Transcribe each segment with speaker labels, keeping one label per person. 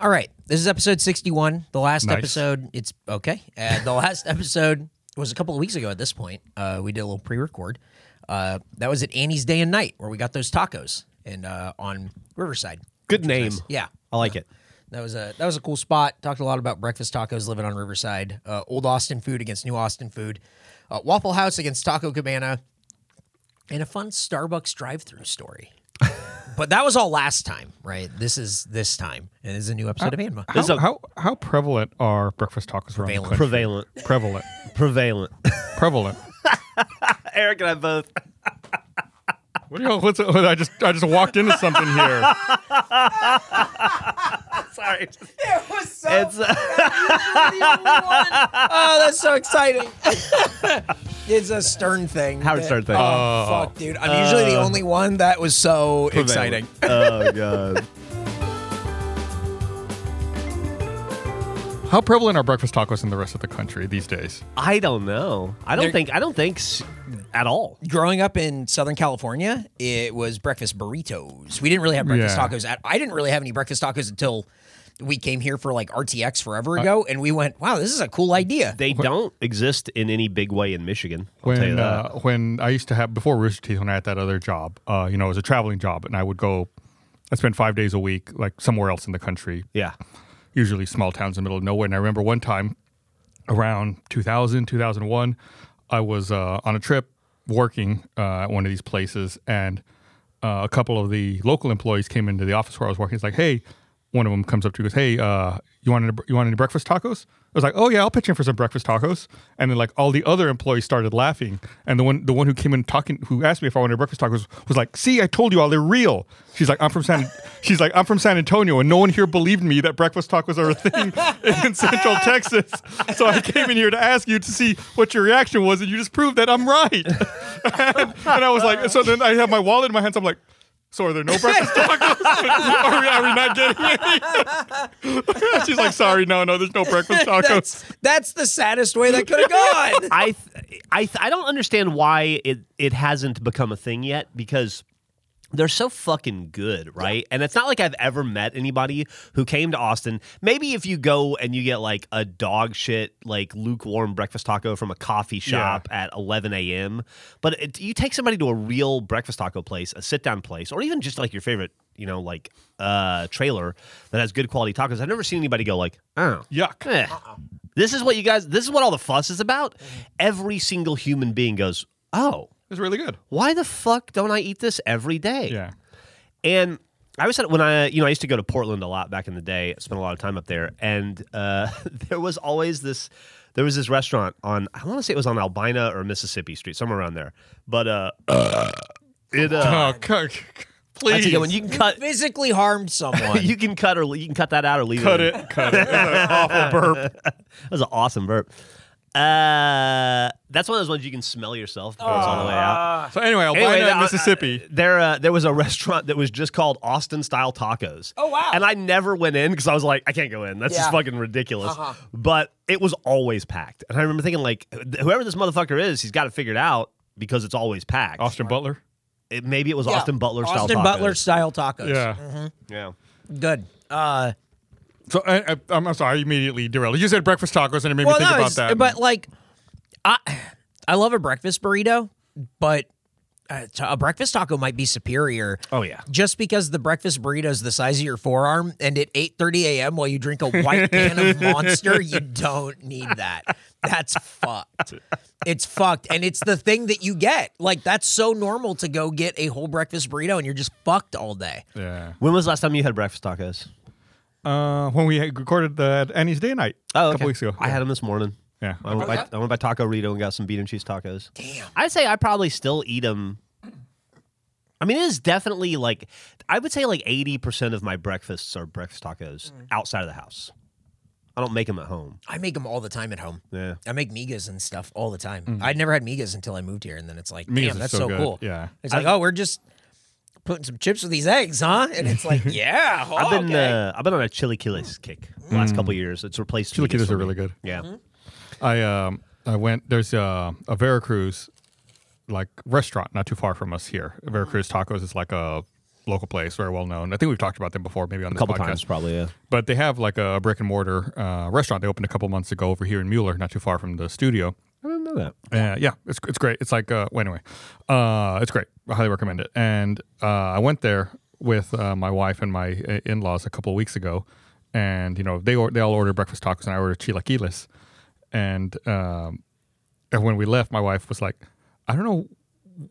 Speaker 1: All right. This is episode 61. The last
Speaker 2: Nice.
Speaker 1: episode, it's okay. Uh, the last episode was a couple of weeks ago at this point. Uh, we did a little pre record. Uh, that was at Annie's Day and Night where we got those tacos and uh, on Riverside.
Speaker 3: Good name.
Speaker 1: Yeah.
Speaker 2: I like it.
Speaker 1: That was a that was a cool spot. Talked a lot about breakfast tacos living on Riverside. Uh, old Austin food against new Austin food. Uh, Waffle House against Taco Cabana. And a fun Starbucks drive-through story. but that was all last time, right? This is this time. And it's a new episode of Anima.
Speaker 3: There's
Speaker 2: How,
Speaker 3: a-
Speaker 2: how, how prevalent are breakfast tacos around
Speaker 1: Prevalent.
Speaker 2: the country?
Speaker 3: Prevalent.
Speaker 2: Prevalent.
Speaker 3: Prevalent.
Speaker 2: Prevalent.
Speaker 3: Eric and I both.
Speaker 2: What do you what's I just I just walked into something here.
Speaker 3: Sorry.
Speaker 1: It was so
Speaker 3: It's uh,
Speaker 1: Oh, that's so exciting. it's a stern thing.
Speaker 3: Howard Stern thing. Uh,
Speaker 1: Oh, fuck, dude. I'm usually the only one that was so exciting.
Speaker 3: oh god.
Speaker 2: How prevalent are breakfast tacos in the rest of the country these days?
Speaker 3: I don't know. I don't
Speaker 1: They're-
Speaker 3: think. I don't think s- at all.
Speaker 1: growing up in Southern California, it was breakfast burritos. We didn't really have breakfast
Speaker 2: Yeah.
Speaker 1: tacos. At, I didn't really have any breakfast tacos until we came here for like RTX forever ago, and we went, "Wow, this is a cool idea."
Speaker 3: They don't exist in any big way in Michigan. I'll tell you
Speaker 2: When
Speaker 3: that.
Speaker 2: uh, when I used to have before Rooster Teeth, when I had that other job, uh, you know, it was a traveling job, and I would go. I spent five days a week, like somewhere else in the country,
Speaker 3: yeah.
Speaker 2: usually small towns in the middle of nowhere. And I remember one time around 2000, 2001, I was uh, on a trip working uh, at one of these places, and uh, a couple of the local employees came into the office where I was working. It's like, hey, one of them comes up to me and goes, hey, uh, you want any, you want any breakfast tacos? I was like, oh yeah, I'll pitch in for some breakfast tacos. And then like all the other employees started laughing, and the one the one who came in talking, who asked me if I wanted breakfast tacos, was like, see, I told you all they're real. She's like, I'm from San, she's like, I'm from San Antonio, and no one here believed me that breakfast tacos are a thing in Central Texas. So I came in here to ask you to see what your reaction was, and you just proved that I'm right. and, and I was like, so then I have my wallet in my hands. I'm like, so are there no breakfast tacos? are, we, are we not getting any? She's like, sorry, no, no, there's no breakfast tacos.
Speaker 1: That's that's the saddest way that could have gone.
Speaker 3: I th- I th- I don't understand why it it hasn't become a thing yet because they're so fucking good, right? And it's not like I've ever met anybody who came to Austin. Maybe if you go and you get like a dog shit, like lukewarm breakfast taco from a coffee shop at 11 a.m., but it, you take somebody to a real breakfast taco place, a sit down place, or even just like your favorite, you know, like uh, trailer that has good quality tacos. I've never seen anybody go like, oh,
Speaker 2: Yuck.
Speaker 3: Eh. This is what you guys. This is what all the fuss is about.
Speaker 2: Mm-hmm.
Speaker 3: Every single human being goes, "Oh,
Speaker 2: It's really good.
Speaker 3: why the fuck don't I eat this every day?"
Speaker 2: Yeah.
Speaker 3: And I was when I, you know, I used to go to Portland a lot back in the day. Spent a lot of time up there, and uh, there was always this. There was this restaurant on. I want to say it was on Albina or Mississippi Street, somewhere around there. But uh, it. Uh,
Speaker 2: Oh, c- c- please.
Speaker 3: that's a good one. You can cut.
Speaker 1: Physically harmed someone.
Speaker 3: You can cut or you can cut that out or leave
Speaker 2: cut
Speaker 3: it. in.
Speaker 2: it. Cut it. It's an awful burp.
Speaker 3: That was an awesome burp. Uh, that's one of those ones you can smell yourself. It goes all the way
Speaker 1: Uh,
Speaker 3: out.
Speaker 2: So anyway, Albina,
Speaker 3: Anyway, uh,
Speaker 2: Mississippi.
Speaker 3: uh, there, uh, there was a restaurant that was just called Austin Style Tacos.
Speaker 1: Oh, wow.
Speaker 3: And I never went in because I was like, I can't go in. That's
Speaker 1: Yeah.
Speaker 3: just fucking ridiculous. But it was always packed, and I remember thinking, like, whoever this motherfucker is, he's got it figured out because it's always packed.
Speaker 2: Austin Butler.
Speaker 3: It- maybe it was
Speaker 1: Yeah.
Speaker 3: Austin Butler style.
Speaker 1: Austin
Speaker 3: tacos.
Speaker 1: Butler style tacos.
Speaker 2: Yeah.
Speaker 3: Mm-hmm. Yeah.
Speaker 1: good. Uh,
Speaker 2: So I, I, I'm I'm sorry. I immediately derailed. You said breakfast tacos, and it made me think
Speaker 1: no,
Speaker 2: about
Speaker 1: it's-
Speaker 2: that.
Speaker 1: But like, I I love a breakfast burrito, but uh, t- a breakfast taco might be superior.
Speaker 3: Oh, yeah.
Speaker 1: just because the breakfast burrito is the size of your forearm, and at eight thirty a.m. while you drink a white can of Monster, you don't need that. That's fucked. It's fucked, and it's the thing that you get. Like that's so normal to go get a whole breakfast burrito, and you're just fucked all day.
Speaker 2: yeah.
Speaker 3: When was the last time you had breakfast tacos?
Speaker 2: Uh, when we had recorded the Annie's Day Night a
Speaker 3: Oh, okay.
Speaker 2: couple weeks ago.
Speaker 3: I had them this morning.
Speaker 2: Yeah.
Speaker 3: I went, by, I went by Taco Rito and got some bean and cheese tacos.
Speaker 1: Damn.
Speaker 3: I'd say I probably still eat them. I mean, it is definitely like I would say like eighty percent of my breakfasts are breakfast tacos
Speaker 1: Mm.
Speaker 3: outside of the house. I don't make them at home.
Speaker 1: I make them all the time at home.
Speaker 3: Yeah. Mm-hmm.
Speaker 1: I make migas and stuff all the time. I'd never had migas until I moved here, and then it's like,
Speaker 2: Migas
Speaker 1: damn,
Speaker 2: is
Speaker 1: that's
Speaker 2: so
Speaker 1: so,
Speaker 2: good.
Speaker 1: cool.
Speaker 2: Yeah.
Speaker 1: it's like, oh, we're just putting some chips with these eggs, huh? And it's like, yeah, oh,
Speaker 3: I've been
Speaker 1: okay. Mm.
Speaker 3: uh, I've been on a chilaquiles kick the last couple years. It's replaced
Speaker 2: Chilaquiles
Speaker 3: migas for
Speaker 2: are
Speaker 3: me.
Speaker 2: really good.
Speaker 3: Yeah,
Speaker 1: Mm-hmm.
Speaker 2: I um I went there's uh, a Veracruz like restaurant not too far from us here. Veracruz Tacos is like a local place, very well known. I think we've talked about them before, maybe on
Speaker 3: a
Speaker 2: this
Speaker 3: couple
Speaker 2: podcast.
Speaker 3: times probably. Yeah.
Speaker 2: But they have like a brick and mortar uh, restaurant. They opened a couple months ago over here in Mueller, not too far from the studio.
Speaker 3: I remember that.
Speaker 2: Uh, yeah, it's, it's great. It's like, uh, well, anyway, uh, it's great. I highly recommend it. And uh, I went there with uh, my wife and my uh, in laws a couple of weeks ago. And, you know, they, or- they all ordered breakfast tacos and I ordered chilaquiles. And, um, and when we left, my wife was like, I don't know.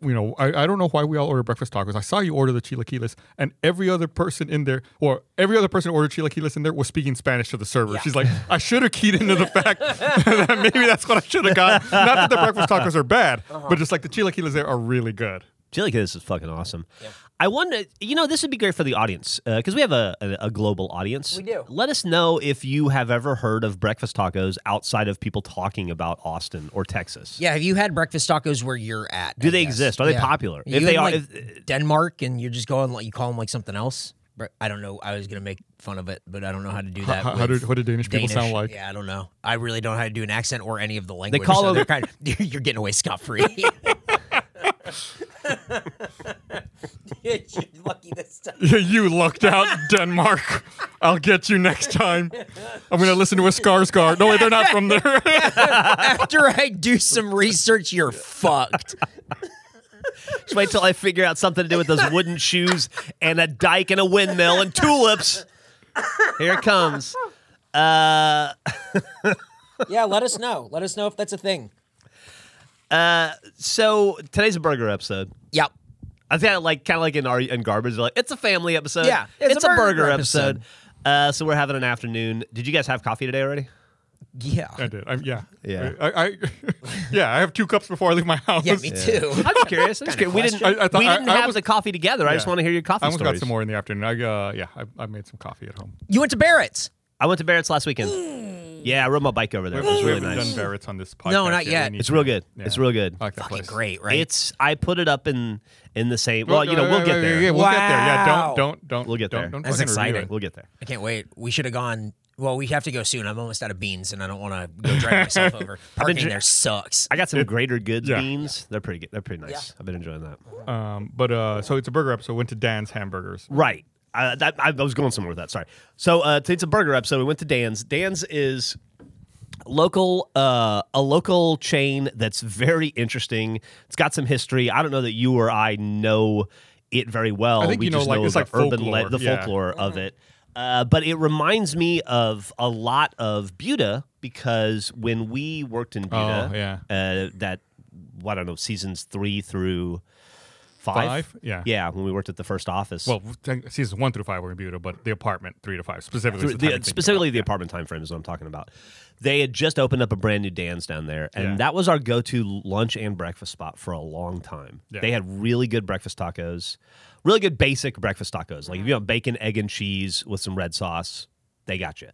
Speaker 2: You know, I, I don't know why we all order breakfast tacos. I saw you order the chilaquiles, and every other person in there, or every other person who ordered chilaquiles in there, was speaking Spanish to the server. She's like, I should have keyed into the fact that maybe that's what I should have got. Not that the breakfast tacos are bad,
Speaker 1: Uh-huh.
Speaker 2: but just like the chilaquiles there are really good.
Speaker 3: Chili this is fucking awesome. I wonder, you know, this would be great for the audience because we have a, a, a global audience.
Speaker 1: We do.
Speaker 3: Let us know if you have ever heard of breakfast tacos outside of people talking about Austin or Texas.
Speaker 1: Yeah, have you had breakfast tacos where you're at?
Speaker 3: Do
Speaker 1: I
Speaker 3: they
Speaker 1: guess?
Speaker 3: exist? Are they popular?
Speaker 1: You
Speaker 3: If they
Speaker 1: in,
Speaker 3: are-
Speaker 1: like,
Speaker 3: if-
Speaker 1: Denmark, and you're just going like you call them like something else. Bre- I don't know. I was gonna make fun of it, but I don't know how to do that.
Speaker 2: How, how
Speaker 1: with
Speaker 2: do, what do Danish people sound
Speaker 1: Danish.
Speaker 2: like?
Speaker 1: Yeah, I don't know. I really don't know how to do an accent or any of the language.
Speaker 3: call
Speaker 1: so
Speaker 3: it-
Speaker 1: they're kind of, you're getting away scot free. lucky this time.
Speaker 2: you lucked out, Denmark. I'll get you next time. I'm gonna listen to a Skarsgård. No, wait, they're not from there.
Speaker 1: After I do some research, you're fucked.
Speaker 3: Just wait till I figure out something to do with those wooden shoes and a dike and a windmill and tulips. Here it comes. Uh,
Speaker 1: Yeah, let us know. Let us know if that's a thing.
Speaker 3: so today's a burger episode.
Speaker 1: Yep.
Speaker 3: I think I like kind of like in our in garbage. Like it's a family episode.
Speaker 1: Yeah, it's
Speaker 3: it's
Speaker 1: a
Speaker 3: a burger,
Speaker 1: burger
Speaker 3: episode. Uh, so we're having an afternoon. Did you guys have coffee today already?
Speaker 1: Yeah.
Speaker 2: I did. I'm, yeah.
Speaker 3: Yeah.
Speaker 2: I, I yeah, I have two cups before I leave my house.
Speaker 1: Yeah, me too.
Speaker 3: I'm just curious. I'm just curious. We didn't.
Speaker 2: question. I- I thought-
Speaker 3: we
Speaker 2: I-
Speaker 3: didn't
Speaker 2: I
Speaker 3: have
Speaker 2: was-
Speaker 3: the coffee together. I just
Speaker 2: Yeah.
Speaker 3: want to hear your coffee
Speaker 2: I almost
Speaker 3: stories.
Speaker 2: got some more in the afternoon. I uh, yeah, I, I made some coffee at home.
Speaker 1: You went to Barrett's.
Speaker 3: I went to Barrett's last weekend.
Speaker 2: Hmm.
Speaker 3: Yeah, I rode my bike over there. It was
Speaker 2: we
Speaker 3: really
Speaker 2: haven't
Speaker 3: nice.
Speaker 2: done Barrett's on this podcast.
Speaker 1: not
Speaker 2: We
Speaker 1: yet.
Speaker 2: need
Speaker 3: It's
Speaker 2: to.
Speaker 3: real good.
Speaker 2: Yeah.
Speaker 3: It's real good.
Speaker 2: I like that
Speaker 1: Fucking
Speaker 2: place.
Speaker 1: great, right?
Speaker 3: It's. I put it up in in the same.
Speaker 2: Oh,
Speaker 3: Well, you know,
Speaker 2: yeah,
Speaker 3: we'll
Speaker 2: yeah,
Speaker 3: get
Speaker 2: yeah,
Speaker 3: there.
Speaker 2: Yeah, we'll get there. Yeah,
Speaker 1: Wow.
Speaker 2: don't don't don't.
Speaker 3: We'll get
Speaker 2: don't-
Speaker 3: there.
Speaker 2: Don't,
Speaker 1: That's
Speaker 2: fucking review
Speaker 1: exciting.
Speaker 2: it.
Speaker 3: We'll get there.
Speaker 1: I can't wait. We should have gone. Well, we have to go soon. I'm almost out of beans, and I don't want to go drive myself over. Parking
Speaker 3: dr-
Speaker 1: there sucks.
Speaker 3: I got some greater goods
Speaker 2: yeah.
Speaker 3: beans. They're pretty good. They're pretty nice. I've been enjoying that.
Speaker 2: Um, but uh, so it's a burger episode. Went to Dan's Hamburgers.
Speaker 3: Right. Uh, that, I, I was going somewhere with that. Sorry. So uh, it's a burger episode. We went to Dan's. Dan's is local, uh, a local chain that's very interesting. It's got some history. I don't know that you or I know it very well.
Speaker 2: I think
Speaker 3: we
Speaker 2: you know,
Speaker 3: just
Speaker 2: like,
Speaker 3: know
Speaker 2: it's
Speaker 3: the
Speaker 2: like
Speaker 3: urban
Speaker 2: folklore.
Speaker 3: le- the
Speaker 2: Yeah.
Speaker 3: folklore of it. Uh, but it reminds me of a lot of Buda because when we worked in Buda,
Speaker 2: Oh, yeah.
Speaker 3: uh, that well, I don't know seasons three through five,
Speaker 2: Five? Yeah.
Speaker 3: yeah, when we worked at the first office,
Speaker 2: Well, ten- seasons one through five were in Buda, but the apartment three to five specifically. is
Speaker 3: Through-
Speaker 2: the time
Speaker 3: the-
Speaker 2: I'm thinking
Speaker 3: specifically the apartment time frame is what I'm talking about. They had just opened up a brand new Dan's down there, and
Speaker 2: Yeah.
Speaker 3: that was our go-to lunch and breakfast spot for a long time.
Speaker 2: Yeah.
Speaker 3: They had really good breakfast tacos, really good basic breakfast tacos. Like if you want bacon, egg, and cheese with some red sauce, they got you.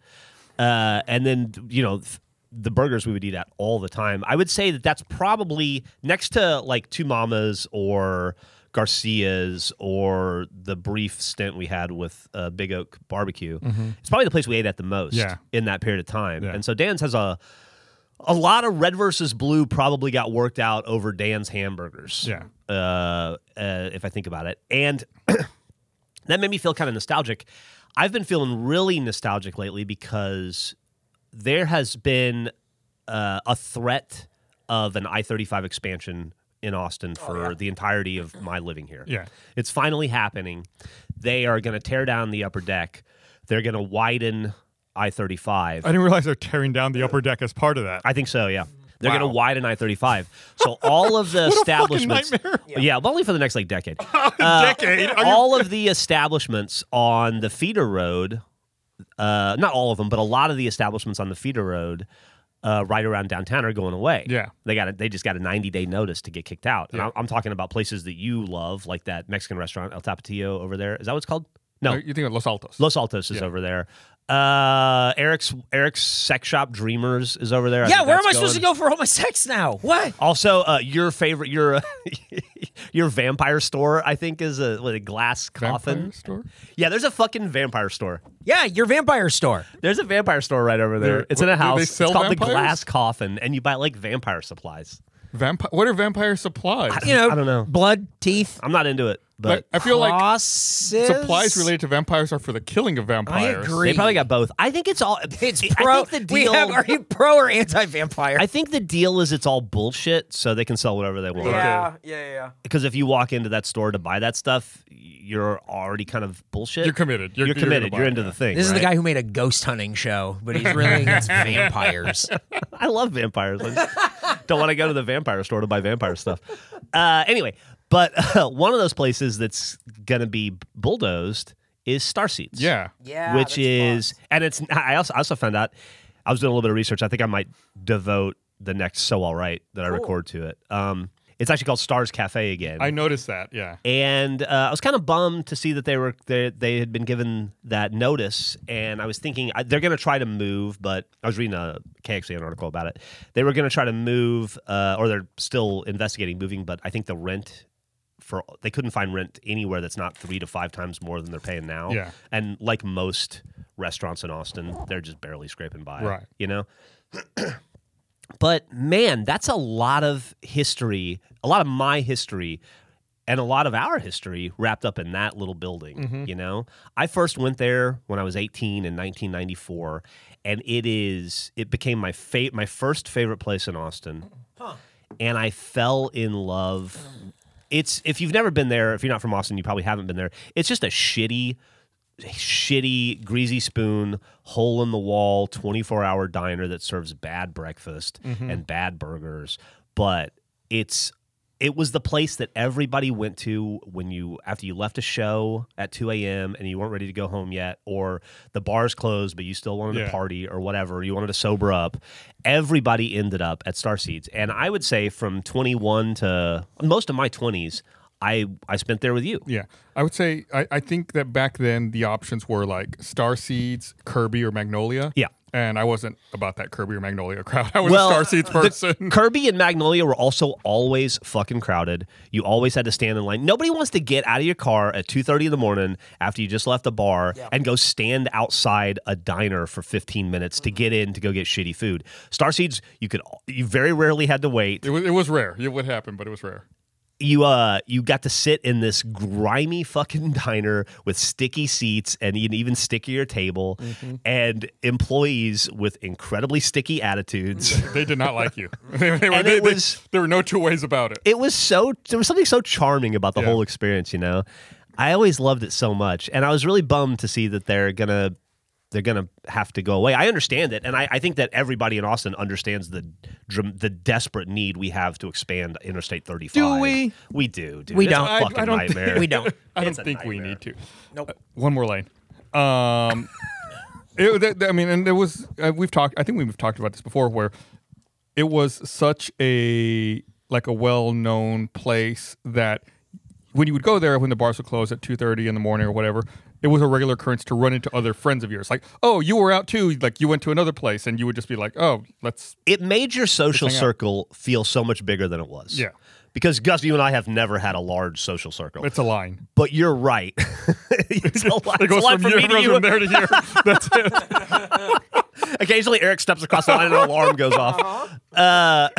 Speaker 3: Uh, and then you know. th- the burgers we would eat at all the time. I would say that that's probably next to like Two Mamas or Garcia's or the brief stint we had with uh, Big Oak Barbecue. It's probably the place we ate at the most
Speaker 2: Mm-hmm. Yeah.
Speaker 3: in that period of time.
Speaker 2: Yeah.
Speaker 3: And so Dan's has a a lot of red versus blue probably got worked out over Dan's hamburgers.
Speaker 2: Yeah.
Speaker 3: Uh, uh, if I think about it, and that made me feel kind of nostalgic. I've been feeling really nostalgic lately because there has been uh, a threat of an I 35 expansion in Austin for the entirety of my living here.
Speaker 2: Oh, Yeah.
Speaker 3: It's finally happening. They are going to tear down the upper deck, they're going to widen I 35.
Speaker 2: I didn't realize they're tearing down the upper deck as part of that.
Speaker 3: I think so, yeah. They're
Speaker 2: Wow.
Speaker 3: going to widen I 35. So all of the establishments.
Speaker 2: nightmare.
Speaker 3: Yeah. but only for the next like decade.
Speaker 1: Uh,
Speaker 2: Decade. I mean,
Speaker 3: Uh, all of the establishments on the feeder road, uh, not all of them, but a lot of the establishments on the feeder road, uh, right around downtown, are going away.
Speaker 2: Yeah.
Speaker 3: they got a, They just got a ninety day notice to get kicked out. And I'm, I'm talking about places that you love, like that Mexican restaurant El Tapatio over there. Is that what it's called? No,
Speaker 2: you think of Los Altos?
Speaker 3: Los Altos is over there. Uh, Eric's Eric's sex shop Dreamers is over there. I
Speaker 1: yeah,
Speaker 3: think
Speaker 1: where am
Speaker 3: that's
Speaker 1: I supposed to
Speaker 3: going.
Speaker 1: go for all my sex now? What?
Speaker 3: Also, uh, your favorite your your vampire store, I think, is a, with a glass coffin.
Speaker 2: Vampire store.
Speaker 3: Yeah, there's a fucking vampire store.
Speaker 1: Yeah, your vampire store.
Speaker 3: There's a vampire store right over there.
Speaker 2: There-
Speaker 3: it's in
Speaker 2: what-
Speaker 3: a
Speaker 2: do they
Speaker 3: house.
Speaker 2: sell
Speaker 3: it's called the
Speaker 2: vampires?
Speaker 3: Glass Coffin, and you buy like vampire supplies.
Speaker 2: Vampire. What are vampire supplies?
Speaker 1: You know,
Speaker 3: I don't know.
Speaker 1: blood, teeth.
Speaker 3: I'm not into it. But
Speaker 2: I feel like
Speaker 1: Process?
Speaker 2: supplies related to vampires are for the killing of vampires.
Speaker 1: agree.
Speaker 3: they probably got both. I think it's all.
Speaker 1: It's
Speaker 3: I-
Speaker 1: pro.
Speaker 3: I think the deal.
Speaker 1: we have, are you pro or anti-vampire?
Speaker 3: I think the deal is it's all bullshit, so they can sell whatever they want.
Speaker 2: Yeah,
Speaker 1: yeah, yeah.
Speaker 3: Because if you walk into that store to buy that stuff, you're already kind of bullshit.
Speaker 2: You're committed.
Speaker 3: You're,
Speaker 2: You're- you're gonna
Speaker 3: committed. You're,
Speaker 2: buy it,
Speaker 3: into
Speaker 2: yeah.
Speaker 3: the thing.
Speaker 1: This is the
Speaker 3: right?
Speaker 1: guy who made a ghost hunting show, but he's really against vampires.
Speaker 3: I love vampires. I just don't want to go to the vampire store to buy vampire stuff. Uh, anyway, but uh, one of those places that's going to be bulldozed is Starseeds.
Speaker 2: Yeah.
Speaker 1: Yeah,
Speaker 3: which is and it's I also I also found out I was doing a little bit of research. I think I might devote the next so all right that I record to it. Um, it's actually called Stars Cafe again.
Speaker 2: I noticed that. Yeah.
Speaker 3: and uh, I was kind of bummed to see that they were they, they had been given that notice, and I was thinking I, they're going to try to move, but I was reading a KXAN article about it. They were going to try to move, uh, or they're still investigating moving, but I think the rent for they couldn't find rent anywhere that's not three to five times more than they're paying now.
Speaker 2: Yeah.
Speaker 3: and like most restaurants in Austin, they're just barely scraping by.
Speaker 2: Right.
Speaker 3: you know. But man, that's a lot of history, a lot of my history, and a lot of our history wrapped up in that little building. You know, I first went there when I was 18 in 1994, and it is it became my fa- my first favorite place in Austin, and I fell in love. It's if you've never been there, if you're not from Austin, you probably haven't been there. It's just a shitty shitty greasy spoon hole in the wall 24 hour diner that serves bad breakfast and bad burgers but it's it was the place that everybody went to when you after you left a show at 2 a.m and you weren't ready to go home yet or the bar's closed but you still wanted
Speaker 2: Yeah.
Speaker 3: to party or whatever you wanted to sober up everybody ended up at starseeds and i would say from 21 to most of my 20s i i spent there with you
Speaker 2: Yeah. I would say I, I think that back then the options were like Star Seeds, Kirby, or Magnolia.
Speaker 3: Yeah.
Speaker 2: And I wasn't about that Kirby or Magnolia crowd. I was
Speaker 3: Well,
Speaker 2: a Star Seeds
Speaker 3: the
Speaker 2: person.
Speaker 3: Kirby and Magnolia were also always fucking crowded. You always had to stand in line. Nobody wants to get out of your car at 2:30 in the morning after you just left the bar and go stand outside a diner for 15 minutes to get in to go get shitty food. Starseeds, you could you very rarely had to wait.
Speaker 2: it, was, it was rare. It would happen, but it was rare.
Speaker 3: You uh you got to sit in this grimy fucking diner with sticky seats and an even stickier table
Speaker 2: Mm-hmm.
Speaker 3: and employees with incredibly sticky attitudes.
Speaker 2: They did not like you. They- they were-
Speaker 3: And
Speaker 2: they-
Speaker 3: it
Speaker 2: they-
Speaker 3: was-
Speaker 2: there were no two ways about it.
Speaker 3: it was so there was something so charming about the
Speaker 2: Yeah.
Speaker 3: whole experience you know i always loved it so much and i was really bummed to see that they're gonna they're gonna have to go away i understand it and i, I think that everybody in austin understands the dr- the desperate need we have to expand interstate 35
Speaker 2: Do we?
Speaker 3: we do dude.
Speaker 1: We
Speaker 3: It's a
Speaker 1: don't. I- I
Speaker 3: fucking
Speaker 2: don't think-
Speaker 3: nightmare
Speaker 1: we don't.
Speaker 2: I don't
Speaker 3: It's a
Speaker 2: think we
Speaker 3: nightmare.
Speaker 2: need to.
Speaker 1: Nope.
Speaker 2: One more lane. Um, it, th- th- I mean, and there was uh, we've talked. I think we've talked about this before, where it was such a like a well-known place that when you would go there when the bars would close at 2.30 in the morning or whatever it was a regular occurrence to run into other friends of yours like oh you were out too like you went to another place and you would just be like oh let's
Speaker 3: it made your social
Speaker 2: hang out.
Speaker 3: circle feel so much bigger than it was
Speaker 2: Yeah.
Speaker 3: because gus you and i have never had a large social circle
Speaker 2: it's a line
Speaker 3: but you're right it's a lot, it's
Speaker 2: it
Speaker 3: a
Speaker 2: goes
Speaker 3: lot
Speaker 2: from,
Speaker 3: from
Speaker 2: here,
Speaker 3: me to
Speaker 2: goes
Speaker 3: you
Speaker 2: from there to here that's it
Speaker 3: Occasionally, Eric steps across the line and an alarm goes off. Uh,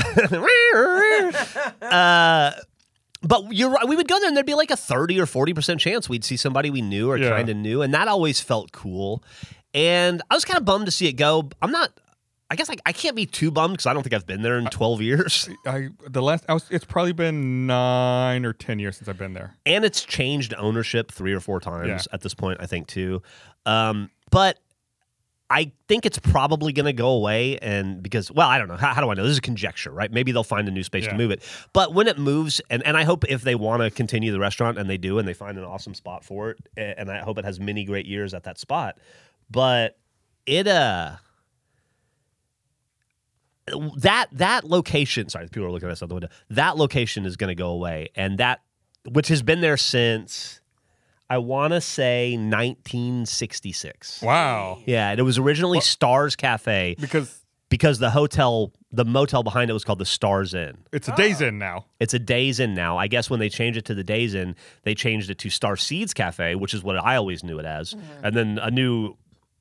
Speaker 3: uh, but you're right. We would go there and there'd be like a 30 or 40% chance we'd see somebody we knew or
Speaker 2: Yeah.
Speaker 3: kind of knew. And that always felt cool. And I was kind of bummed to see it go. I'm not, I guess I, I can't be too bummed because I don't think I've been there in 12 years.
Speaker 2: I the last I was it's probably been nine or ten years since I've been there.
Speaker 3: and it's changed ownership three or four times
Speaker 2: Yeah.
Speaker 3: at this point, I think too. Um, but I think it's probably going to go away, and because well, I don't know. How, how do I know? This is conjecture, right? Maybe they'll find a new space
Speaker 2: Yeah.
Speaker 3: to move it. But when it moves, and and I hope if they want to continue the restaurant, and they do, and they find an awesome spot for it, a- and I hope it has many great years at that spot. But it uh that that location sorry people are looking at us out the window that location is going to go away and that which has been there since i want to say 1966
Speaker 2: Wow.
Speaker 3: yeah and it was originally stars cafe
Speaker 2: Because
Speaker 3: because the hotel the motel behind it was called the stars inn
Speaker 2: it's a days in now.
Speaker 3: it's a Days Inn now. I guess when they changed it to the Days Inn, they changed it to Star Seeds Cafe, which is what I always knew it as.
Speaker 1: Mm-hmm.
Speaker 3: And then a new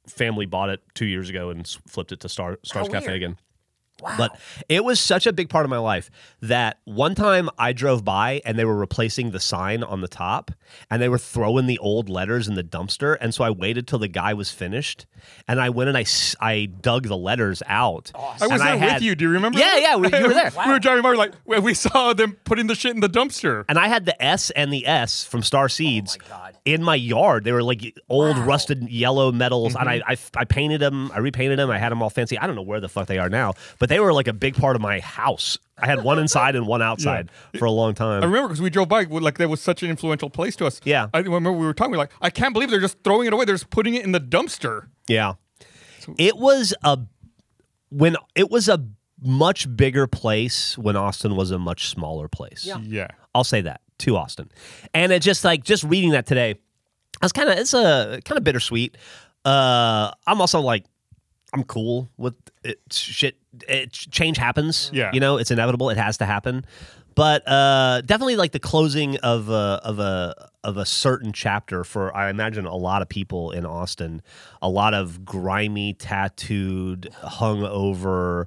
Speaker 3: family bought it two years ago and s- flipped it to Star Stars Cafe
Speaker 1: weird.
Speaker 3: again.
Speaker 1: Wow.
Speaker 3: But it was such a big part of my life that one time I drove by and they were replacing the sign on the top and they were throwing the old letters in the dumpster. And so I waited till the guy was finished and I went and I, s- I dug the letters out.
Speaker 2: I was
Speaker 3: And
Speaker 2: there
Speaker 3: had-
Speaker 2: with you. Do you remember?
Speaker 3: Yeah,
Speaker 2: that?
Speaker 3: yeah, we- you were there.
Speaker 2: we were driving by. We're like, we- we saw them putting the shit in the dumpster.
Speaker 3: And I had the S and the S from Star Seeds
Speaker 1: Oh God.
Speaker 3: in my yard. They were like old rusted yellow metals, and I, I
Speaker 1: Mm-hmm.
Speaker 3: I painted them. I repainted them. I had them all fancy. I don't know where the fuck they are now, but they were like a big part of my house. I had one inside and one outside for a long time.
Speaker 2: I remember because we drove by, we- like that was such an influential place to us.
Speaker 3: Yeah.
Speaker 2: I remember we were talking. we We're like, I can't believe they're just throwing it away. They're just putting it in the dumpster.
Speaker 3: Yeah. It was a when it was a much bigger place when Austin was a much smaller place.
Speaker 1: Yeah.
Speaker 2: Yeah,
Speaker 3: I'll say that to Austin. And it just like just reading that today, I was kind of it's a kind of bittersweet. Uh I'm also like I'm cool with it, shit. It, change happens.
Speaker 2: Yeah.
Speaker 3: you know it's inevitable. It has to happen. But uh, definitely like the closing of a of a of a certain chapter for I imagine a lot of people in Austin, a lot of grimy, tattooed, hungover,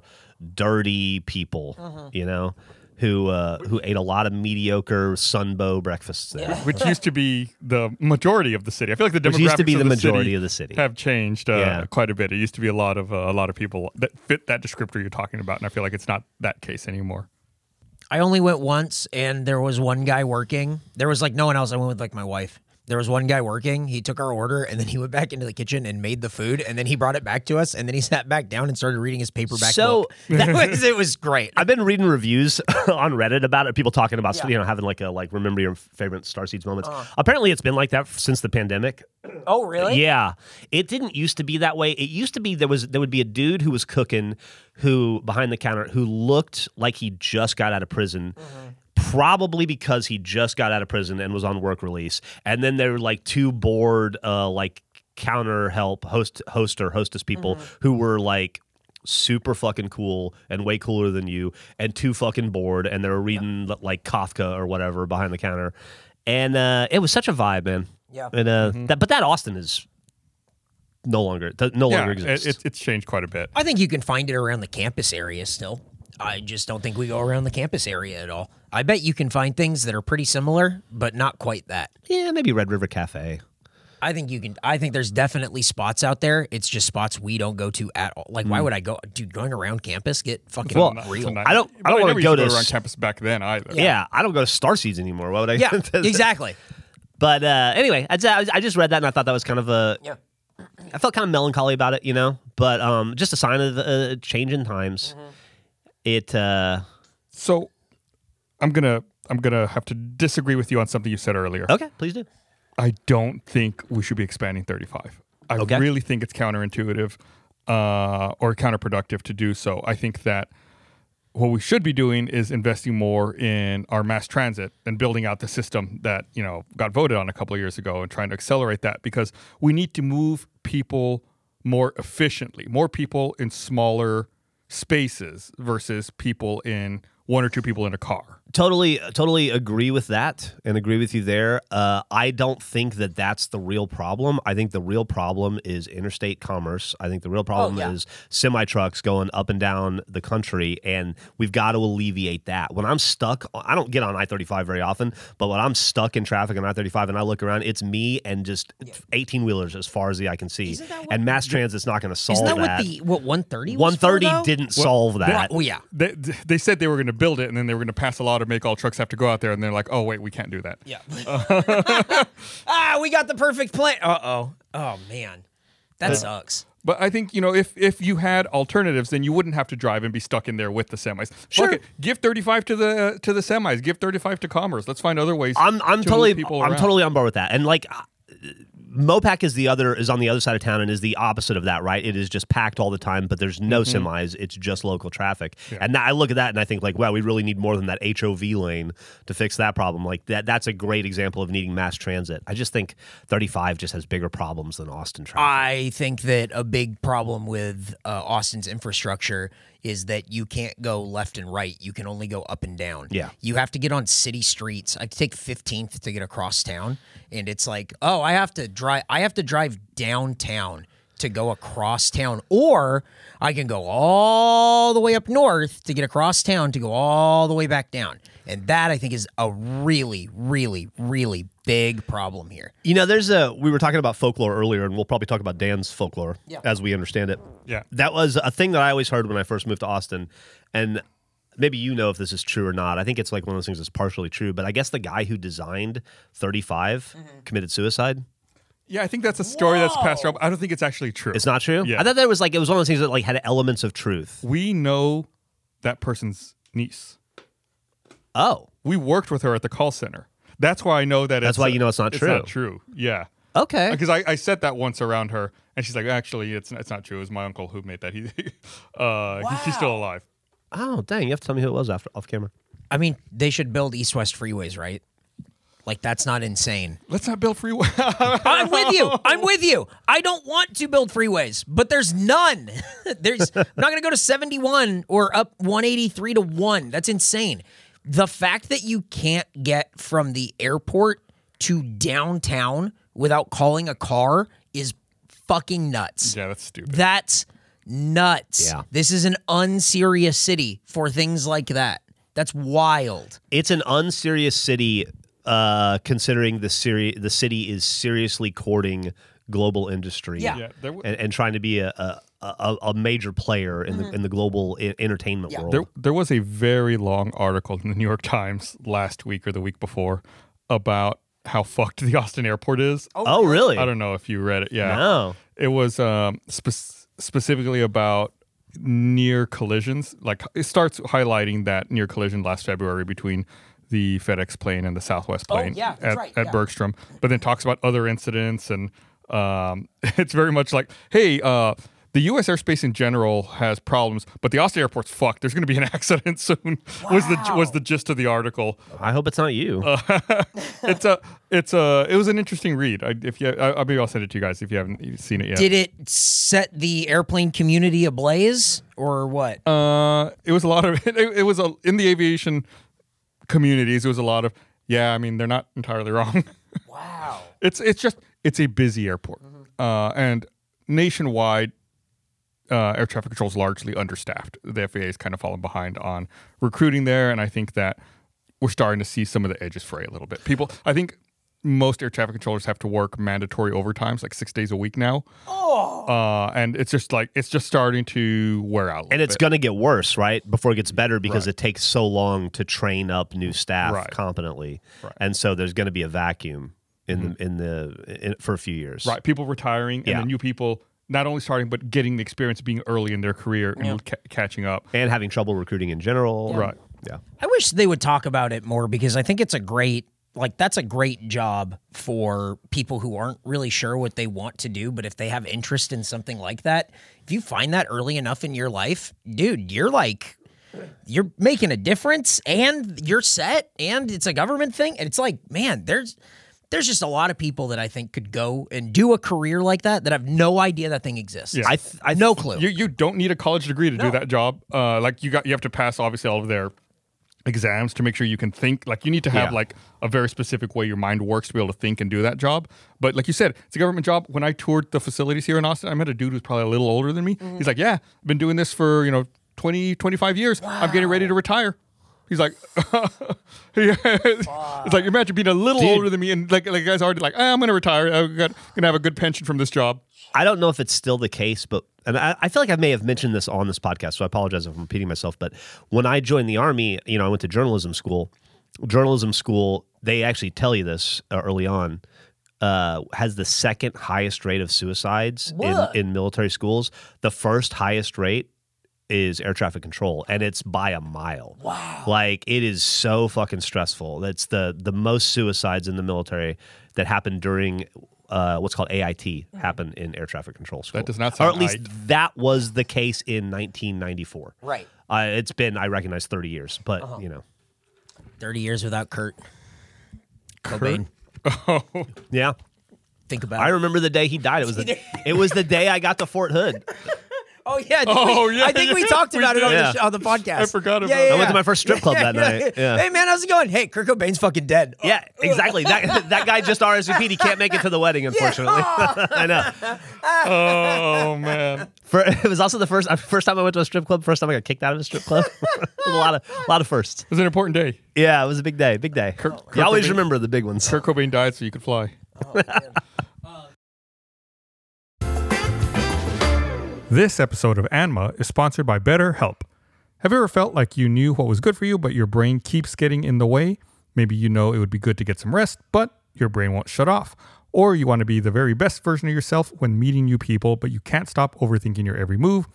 Speaker 3: dirty people. You know. Who uh, who ate a lot of mediocre sunbow breakfasts there?
Speaker 2: which used to be the majority of the city. I feel like the demographics
Speaker 3: Which used to be
Speaker 2: of
Speaker 3: the
Speaker 2: the
Speaker 3: majority
Speaker 2: city
Speaker 3: of the city.
Speaker 2: have changed uh,
Speaker 3: Yeah.
Speaker 2: quite a bit. It used to be a lot of uh, a lot of people that fit that descriptor you're talking about, and I feel like it's not that case anymore.
Speaker 1: I only went once, and there was one guy working. There was like no one else. I went with like my wife. There was one guy working. He took our order, and then he went back into the kitchen and made the food, and then he brought it back to us, and then he sat back down and started reading his paperback.
Speaker 3: So-
Speaker 1: book. that was it. Was great.
Speaker 3: I've been reading reviews on Reddit about it. People talking about you know having like a like remember your favorite Starseeds moments. Apparently, it's been like that since the pandemic.
Speaker 1: Oh really?
Speaker 3: Yeah, it didn't used to be that way. It used to be there was there would be a dude who was cooking, who behind the counter who looked like he just got out of prison. Probably because he just got out of prison and was on work release, and then there were like two bored, uh, like counter help host, host or hostess people who were like super fucking cool and way cooler than you, and too fucking bored, and they were reading like Kafka or whatever behind the counter, and uh, it was such a vibe, man.
Speaker 1: Yeah.
Speaker 3: And uh,
Speaker 2: Mm-hmm.
Speaker 3: that, but that Austin is no longer th- no
Speaker 2: Yeah,
Speaker 3: longer
Speaker 2: it,
Speaker 3: exists.
Speaker 2: it's- it's changed quite a bit.
Speaker 1: I think you can find it around the campus area still. I just don't think we go around the campus area at all. I bet you can find things that are pretty similar, but not quite that.
Speaker 3: yeah, maybe Red River Cafe.
Speaker 1: I think you can. I think there's definitely spots out there. It's just spots we don't go to at all. Like, why would I go, dude? Going around campus, get fucking
Speaker 3: Well,
Speaker 1: real.
Speaker 2: Tonight.
Speaker 3: I don't- I
Speaker 2: But
Speaker 3: don't wanna
Speaker 2: never
Speaker 3: go
Speaker 2: used
Speaker 3: to
Speaker 2: to around
Speaker 3: s-
Speaker 2: campus back then either.
Speaker 3: Yeah. I don't go to Star Seeds anymore. Why would I?
Speaker 1: Yeah, exactly.
Speaker 3: But uh, anyway, I, I, I just read that and I thought that was kind of a.
Speaker 1: Yeah.
Speaker 3: I felt kind of melancholy about it, you know, but um, just a sign of uh, change in times.
Speaker 1: Mm-hmm.
Speaker 3: It uh,
Speaker 2: So I'm gonna I'm gonna have to disagree with you on something you said earlier.
Speaker 3: okay, please do.
Speaker 2: I don't think we should be expanding 35. I
Speaker 3: Okay.
Speaker 2: really think it's counterintuitive uh, or counterproductive to do so. I think that what we should be doing is investing more in our mass transit and building out the system that you know got voted on a couple of years ago and trying to accelerate that because we need to move people more efficiently, more people in smaller spaces versus people in one or two people in a car.
Speaker 3: totally totally agree with that and agree with you there uh, i don't think that that's the real problem i think the real problem is interstate commerce i think the real problem
Speaker 1: Oh, yeah.
Speaker 3: is semi trucks going up and down the country and we've got to alleviate that when i'm stuck i don't get on i-35 very often but when i'm stuck in traffic on i-35 and i look around it's me and just 18 wheelers as far as the eye can see
Speaker 1: Isn't that what-
Speaker 3: and mass transit's not going to solve
Speaker 1: Isn't that
Speaker 3: that,
Speaker 1: what the what one thirty?
Speaker 3: 130 didn't solve that
Speaker 1: Oh yeah.
Speaker 2: They, they said they were going to build it and then they were going to pass a law to make all trucks have to go out there and they're like, oh wait, we can't do that.
Speaker 1: Yeah. ah, we got the perfect plan. Uh oh. Oh man, that sucks.
Speaker 2: But I think you know if if you had alternatives, then you wouldn't have to drive and be stuck in there with the semis.
Speaker 3: Sure.
Speaker 2: Fuck it. give thirty five to the to the semis. Give thirty five to commerce. Let's find other ways.
Speaker 3: I'm I'm
Speaker 2: to
Speaker 3: totally
Speaker 2: move people
Speaker 3: I'm
Speaker 2: around.
Speaker 3: totally on board with that. And like uh, Mopac is the other is on the other side of town and is the opposite of that, right? It is just packed all the time, but there's no
Speaker 2: Mm-hmm.
Speaker 3: semis. It's just local traffic. And I look at that and I think like, wow, we really need more than that HOV lane to fix that problem. Like that that's a great example of needing mass transit. I just think 35 just has bigger problems than Austin traffic.
Speaker 1: I think that a big problem with uh, Austin's infrastructure is that you can't go left and right. You can only go up and down.
Speaker 3: Yeah.
Speaker 1: You have to get on city streets. I take 15th to get across town, and it's like, oh, I have to drive. I have to drive downtown to go across town, or I can go all the way up north to get across town to go all the way back down. And that I think is a really, really, really big problem here.
Speaker 3: You know, there's a we were talking about folklore earlier, and we'll probably talk about Dan's folklore
Speaker 1: Yeah.
Speaker 3: as we understand it.
Speaker 2: Yeah.
Speaker 3: that was a thing that I always heard when I first moved to Austin, and maybe you know if this is true or not. I think it's like one of those things that's partially true, but I guess the guy who designed 35 committed suicide.
Speaker 2: Yeah, I think that's a story that's passed around. but I don't think it's actually true.
Speaker 3: It's not true.
Speaker 2: Yeah.
Speaker 3: I thought that was like it was one of those things that like had elements of truth.
Speaker 2: we know that person's niece.
Speaker 3: Oh,
Speaker 2: We worked with her at the call center. That's why I know that.
Speaker 3: That's
Speaker 2: it's
Speaker 3: why you know it's not
Speaker 2: it's
Speaker 3: true.
Speaker 2: Not true. Yeah.
Speaker 3: okay.
Speaker 2: Because I, I said that once around her, and she's like, "Actually, it's it's not true. It was my uncle who made that. He, uh, he- he's still alive."
Speaker 3: Oh, dang! You have to tell me who it was after off camera.
Speaker 1: I mean, they should build east west freeways, right? Like, that's not insane.
Speaker 2: Let's not build freeway.
Speaker 1: I'm with you. I'm with you. I don't want to build freeways, but there's none. there's I'm not going to go to 71 or up 183 to 1. That's insane. The fact that you can't get from the airport to downtown without calling a car is fucking nuts.
Speaker 2: yeah, that's stupid.
Speaker 1: That's nuts.
Speaker 3: Yeah.
Speaker 1: This is an unserious city for things like that. That's wild.
Speaker 3: It's an unserious city, uh, considering the seri- the city is seriously courting global industry.
Speaker 1: Yeah.
Speaker 2: Yeah, there w-
Speaker 3: and, and trying to be a a, a, a major player in the in the global I- entertainment world.
Speaker 2: There, there was a very long article in the New York Times last week or the week before about how fucked the Austin airport is.
Speaker 3: oh, really?
Speaker 2: I don't know if you read it. Yeah.
Speaker 3: No.
Speaker 2: It was um, spe- specifically about near collisions. Like it starts highlighting that near collision last February between the FedEx plane and the Southwest plane
Speaker 1: Oh, yeah, that's
Speaker 2: at,
Speaker 1: right,
Speaker 2: at
Speaker 1: yeah.
Speaker 2: Bergstrom, but then talks about other incidents and um, it's very much like, hey, uh, the U.S. airspace in general has problems, but the Austin airport's fucked. There's going to be an accident soon. Was the was the gist of the article?
Speaker 3: I hope it's not you.
Speaker 2: Uh, it's a it's a it was an interesting read. I, if you, I, I- maybe I'll send it to you guys if you haven't seen it yet.
Speaker 1: Did it set the airplane community ablaze or what?
Speaker 2: Uh, it was a lot of it, it was a, in the aviation communities. It was a lot of yeah. I mean, they're not entirely wrong.
Speaker 1: Wow.
Speaker 2: it's it's just it's a busy airport, uh, and nationwide, uh, air traffic control is largely understaffed. The FAA is kind of fallen behind on recruiting there, and I think that we're starting to see some of the edges fray a little bit. People, I think. Most air traffic controllers have to work mandatory overtimes, like six days a week now. Oh, uh, and it's just like it's just starting to wear out. a
Speaker 3: and
Speaker 2: little
Speaker 3: it's
Speaker 2: bit.
Speaker 3: going to get worse, right? Before it gets better because it takes so long to train up new staff
Speaker 2: Right. Mm-hmm.
Speaker 3: competently. And so there's going to be a vacuum in the, in the in, for a few years.
Speaker 2: Right, people retiring
Speaker 3: Yeah.
Speaker 2: and the new people not only starting but getting the experience being early in their career and ca- catching up.
Speaker 3: And having trouble recruiting in general.
Speaker 2: Right.
Speaker 3: Yeah.
Speaker 1: I wish they would talk about it more because I think it's a great like that's a great job for people who aren't really sure what they want to do, but if they have interest in something like that, if you find that early enough in your life, dude, you're like you're making a difference and you're set and it's a government thing and it's like, man, there's there's just a lot of people that I think could go and do a career like that that have no idea that thing exists.
Speaker 2: Yeah.
Speaker 3: I th- I
Speaker 1: no clue.
Speaker 2: You you don't need a college degree to do that job. Uh, like you got you have to pass obviously all of their exams to make sure you can think. Like you need to have
Speaker 3: Yeah.
Speaker 2: like a very specific way your mind works to be able to think and do that job. But like you said, it's a government job. When I toured the facilities here in Austin, I met a dude who's probably a little older than me. He's like, "Yeah, I've been doing this for, you know, 20 25 years. I'm getting ready to retire." He's like, Yeah. it's like imagine being a little older than me, and like like the guys already like, "Ah, I'm gonna retire. I'm gonna gonna have a good pension from this job.
Speaker 3: I don't know if it's still the case, but and I, I feel like I may have mentioned this on this podcast, so I apologize if I'm repeating myself. But when I joined the army, you know, I went to journalism school. Journalism school, they actually tell you this uh, early on, uh, has the second highest rate of suicides in,
Speaker 1: What?
Speaker 3: in military schools. The first highest rate is air traffic control, and it's by a mile. Wow! Like it is so fucking stressful. That's the the most suicides in the military that happen during uh, what's called AIT happen in air traffic control school.
Speaker 2: does not
Speaker 3: or at
Speaker 2: sound
Speaker 3: least
Speaker 2: right.
Speaker 3: that was the case in 1994.
Speaker 1: Right.
Speaker 3: Uh, it's been I recognize 30 years, but you know,
Speaker 1: 30 years without Kurt. Cobain.
Speaker 2: Oh.
Speaker 3: yeah.
Speaker 1: Think about
Speaker 3: I
Speaker 1: it.
Speaker 3: remember the day he died. It was the, it was the day I got to Fort Hood.
Speaker 1: Oh yeah. I think
Speaker 2: Oh,
Speaker 1: we,
Speaker 2: yeah,
Speaker 1: I think we
Speaker 2: yeah,
Speaker 1: talked
Speaker 2: we
Speaker 1: about it on the,
Speaker 3: did.
Speaker 1: sh- on the podcast.
Speaker 2: I forgot about
Speaker 1: yeah, yeah,
Speaker 2: that. I
Speaker 3: I went
Speaker 1: yeah.
Speaker 3: to my first strip club that night. Yeah.
Speaker 1: Hey man, how's it going? Hey, Kurt Cobain's fucking dead. Oh,
Speaker 3: Yeah, exactly. That that guy just RSVP'd. He can't make it to the wedding, unfortunately. I know.
Speaker 2: Oh man.
Speaker 3: For, it was also the first uh, first time I went to a strip club. First time I got kicked out of a strip club. a lot of a lot of firsts.
Speaker 2: It was an important day.
Speaker 3: Yeah, it was a big day. Big day.
Speaker 2: Kurt-
Speaker 3: you
Speaker 2: Kurt
Speaker 3: always
Speaker 2: Cobain.
Speaker 3: remember the big ones.
Speaker 2: Kurt Cobain died so you could fly. This episode of Anma is sponsored by BetterHelp. Have you ever felt like you knew what was good for you, but your brain keeps getting in the way? Maybe you know it would be good to get some rest, but your brain won't shut off. Or you want to be the very best version of yourself when meeting new people, but you can't stop overthinking your every move.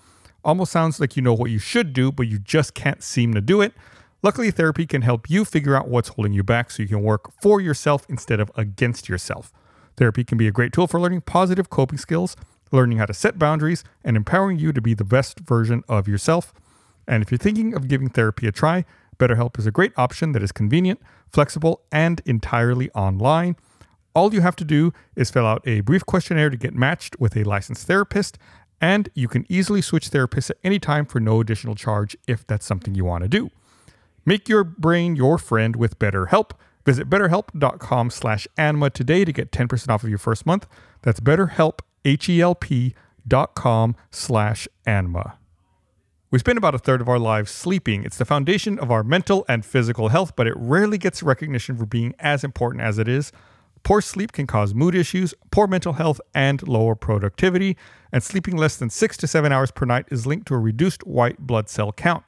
Speaker 2: Almost sounds like you know what you should do, but you just can't seem to do it. Luckily, therapy can help you figure out what's holding you back so you can work for yourself instead of against yourself. Therapy can be a great tool for learning positive coping skills, learning how to set boundaries, and empowering you to be the best version of yourself. And if you're thinking of giving therapy a try, BetterHelp is a great option that is convenient, flexible, and entirely online. All you have to do is fill out a brief questionnaire to get matched with a licensed therapist, and you can easily switch therapists at any time for no additional charge if that's something you want to do. Make your brain your friend with BetterHelp. Visit betterhelp.com slash anima today to get 10% off of your first month. That's betterhelp, H-E-L-P dot com slash anima. We spend about a third of our lives sleeping. It's the foundation of our mental and physical health, but it rarely gets recognition for being as important as it is. Poor sleep can cause mood issues, poor mental health, and lower productivity. And sleeping less than six to seven hours per night is linked to a reduced white blood cell count.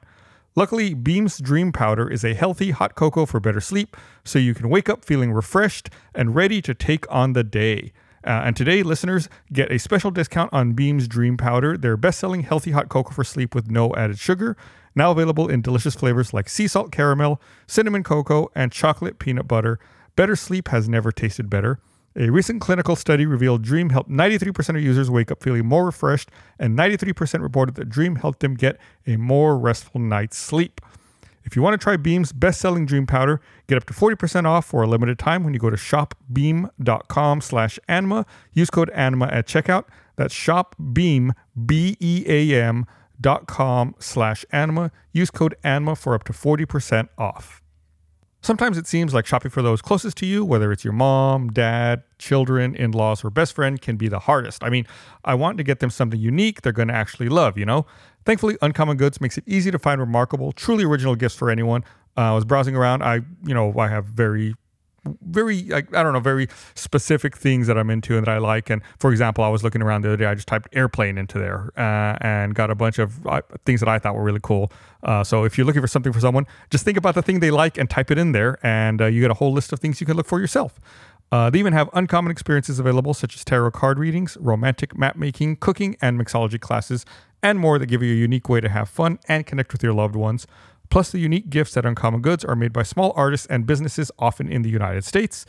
Speaker 2: Luckily, Beam's Dream Powder is a healthy hot cocoa for better sleep, so you can wake up feeling refreshed and ready to take on the day. Uh, and today, listeners get a special discount on Beam's Dream Powder, their best selling healthy hot cocoa for sleep with no added sugar, now available in delicious flavors like sea salt caramel, cinnamon cocoa, and chocolate peanut butter. Better sleep has never tasted better. A recent clinical study revealed Dream helped 93% of users wake up feeling more refreshed, and 93% reported that Dream helped them get a more restful night's sleep. If you want to try Beam's best selling Dream Powder, get up to 40% off for a limited time when you go to shopbeam.com slash anima. Use code anima at checkout. That's shopbeam, B E A M dot com slash anima. Use code anima for up to 40% off. Sometimes it seems like shopping for those closest to you, whether it's your mom, dad, children, in laws, or best friend, can be the hardest. I mean, I want to get them something unique they're going to actually love, you know? Thankfully, Uncommon Goods makes it easy to find remarkable, truly original gifts for anyone. Uh, I was browsing around. I, you know, I have very very like, I don't know very specific things that I'm into and that I like. And for example, I was looking around the other day. I just typed airplane into there uh, and got a bunch of uh, things that I thought were really cool. Uh, so if you're looking for something for someone, just think about the thing they like and type it in there, and uh, you get a whole list of things you can look for yourself. Uh, they even have uncommon experiences available, such as tarot card readings, romantic map making, cooking, and mixology classes, and more that give you a unique way to have fun and connect with your loved ones. Plus, the unique gifts at Uncommon Goods are made by small artists and businesses, often in the United States.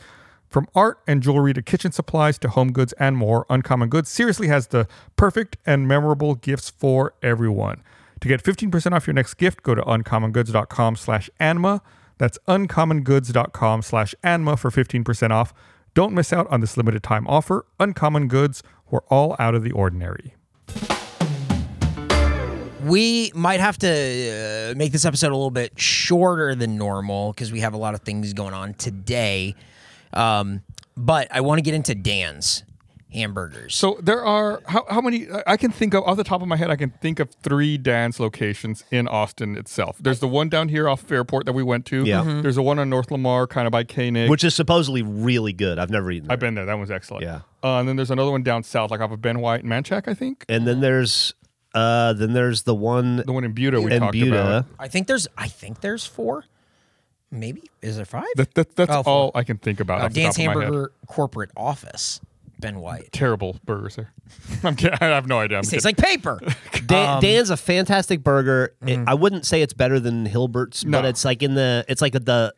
Speaker 2: From art and jewelry to kitchen supplies to home goods and more, Uncommon Goods seriously has the perfect and memorable gifts for everyone. To get 15% off your next gift, go to uncommongoods.com slash anima. That's uncommongoods.com slash anima for 15% off. Don't miss out on this limited time offer. Uncommon Goods, we're all out of the ordinary.
Speaker 1: We might have to uh, make this episode a little bit shorter than normal because we have a lot of things going on today. Um, but I want to get into Dan's hamburgers.
Speaker 2: So there are how, how many I- I can think of off the top of my head. I can think of three Dan's locations in Austin itself. There's the one down here off of Airport that we went to.
Speaker 3: Yeah.
Speaker 1: Mm-hmm.
Speaker 3: Mhm.
Speaker 2: There's the one on North Lamar, kind of by Koenig.
Speaker 3: which is supposedly really good. I've never eaten.
Speaker 2: I've
Speaker 3: That.
Speaker 2: been there. That one's excellent.
Speaker 3: Yeah.
Speaker 2: Uh, and then there's another one down south, like off of Ben White and Manchac, I think.
Speaker 3: And then there's uh then there's the one
Speaker 2: The one in Buda we
Speaker 3: in
Speaker 2: talked
Speaker 3: Buda.
Speaker 2: about.
Speaker 1: I think there's I think there's four. Maybe is there five?
Speaker 2: That, that, that's
Speaker 1: Oh, four.
Speaker 2: all I can think about.
Speaker 1: Uh,
Speaker 2: off the
Speaker 1: Dan's
Speaker 2: top of my head.
Speaker 1: hamburger corporate office. Ben White.
Speaker 2: Terrible burgers there. I'm kidding. I have no idea. I'm
Speaker 1: It's
Speaker 2: kidding.
Speaker 1: like paper.
Speaker 3: Dan, Dan's a fantastic burger. It- I wouldn't say it's better than Hilbert's, but
Speaker 2: No.
Speaker 3: it's like in the it's like the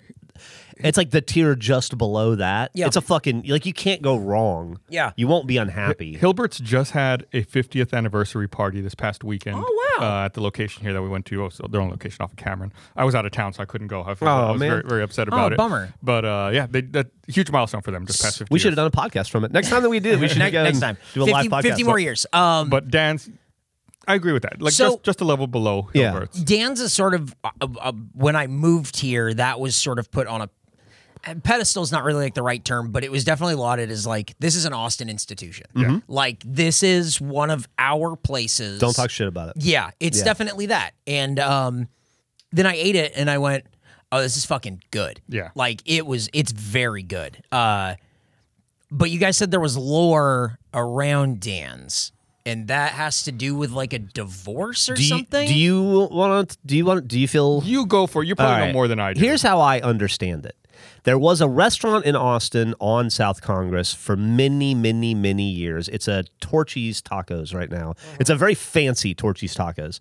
Speaker 3: it's like the tier just below that.
Speaker 1: Yeah.
Speaker 3: It's a fucking like you can't go wrong.
Speaker 1: Yeah.
Speaker 3: You won't be unhappy.
Speaker 2: Hilbert's just had a 50th anniversary party this past weekend.
Speaker 1: Oh, wow.
Speaker 2: Uh, at the location here that we went to, oh, so their own location off of Cameron. I was out of town, so I couldn't go. I, feel-
Speaker 3: Oh,
Speaker 2: I was
Speaker 3: man.
Speaker 2: very, very upset
Speaker 1: Oh,
Speaker 2: about it.
Speaker 1: bummer.
Speaker 2: But uh, yeah, they, that huge milestone for them just past 50.
Speaker 3: we should have
Speaker 2: years.
Speaker 3: done a podcast from it. Next time that we do, we should
Speaker 1: next,
Speaker 3: go
Speaker 1: next time.
Speaker 3: and do a
Speaker 1: 50,
Speaker 3: live podcast.
Speaker 1: 50 more years. Um,
Speaker 2: But Dan's I agree with that. Like
Speaker 1: So-
Speaker 2: just just a level below
Speaker 3: Yeah.
Speaker 2: Hillbert's.
Speaker 1: Dan's is sort of uh, uh, when I moved here, that was sort of put on a pedestal is not really like the right term, but it was definitely lauded as like this is an Austin institution. Like this is one of our places.
Speaker 3: Mm-hmm. Don't talk shit about it.
Speaker 1: Yeah, it's definitely that. And um, then I ate it and I went, oh, this is fucking good.
Speaker 2: Yeah.
Speaker 1: Like it was, it's very good. Uh, but you guys said there was lore around Dan's. And that has to do with like a divorce or
Speaker 3: Do you,
Speaker 1: something.
Speaker 3: do you want to? Do you want? Do you feel?
Speaker 2: You go for it. You probably
Speaker 3: All
Speaker 2: know
Speaker 3: right.
Speaker 2: more than I do.
Speaker 3: Here's how I understand it. There was a restaurant in Austin on South Congress for many, many, many years. It's a Torchy's Tacos right now. It's a very fancy Torchy's Tacos.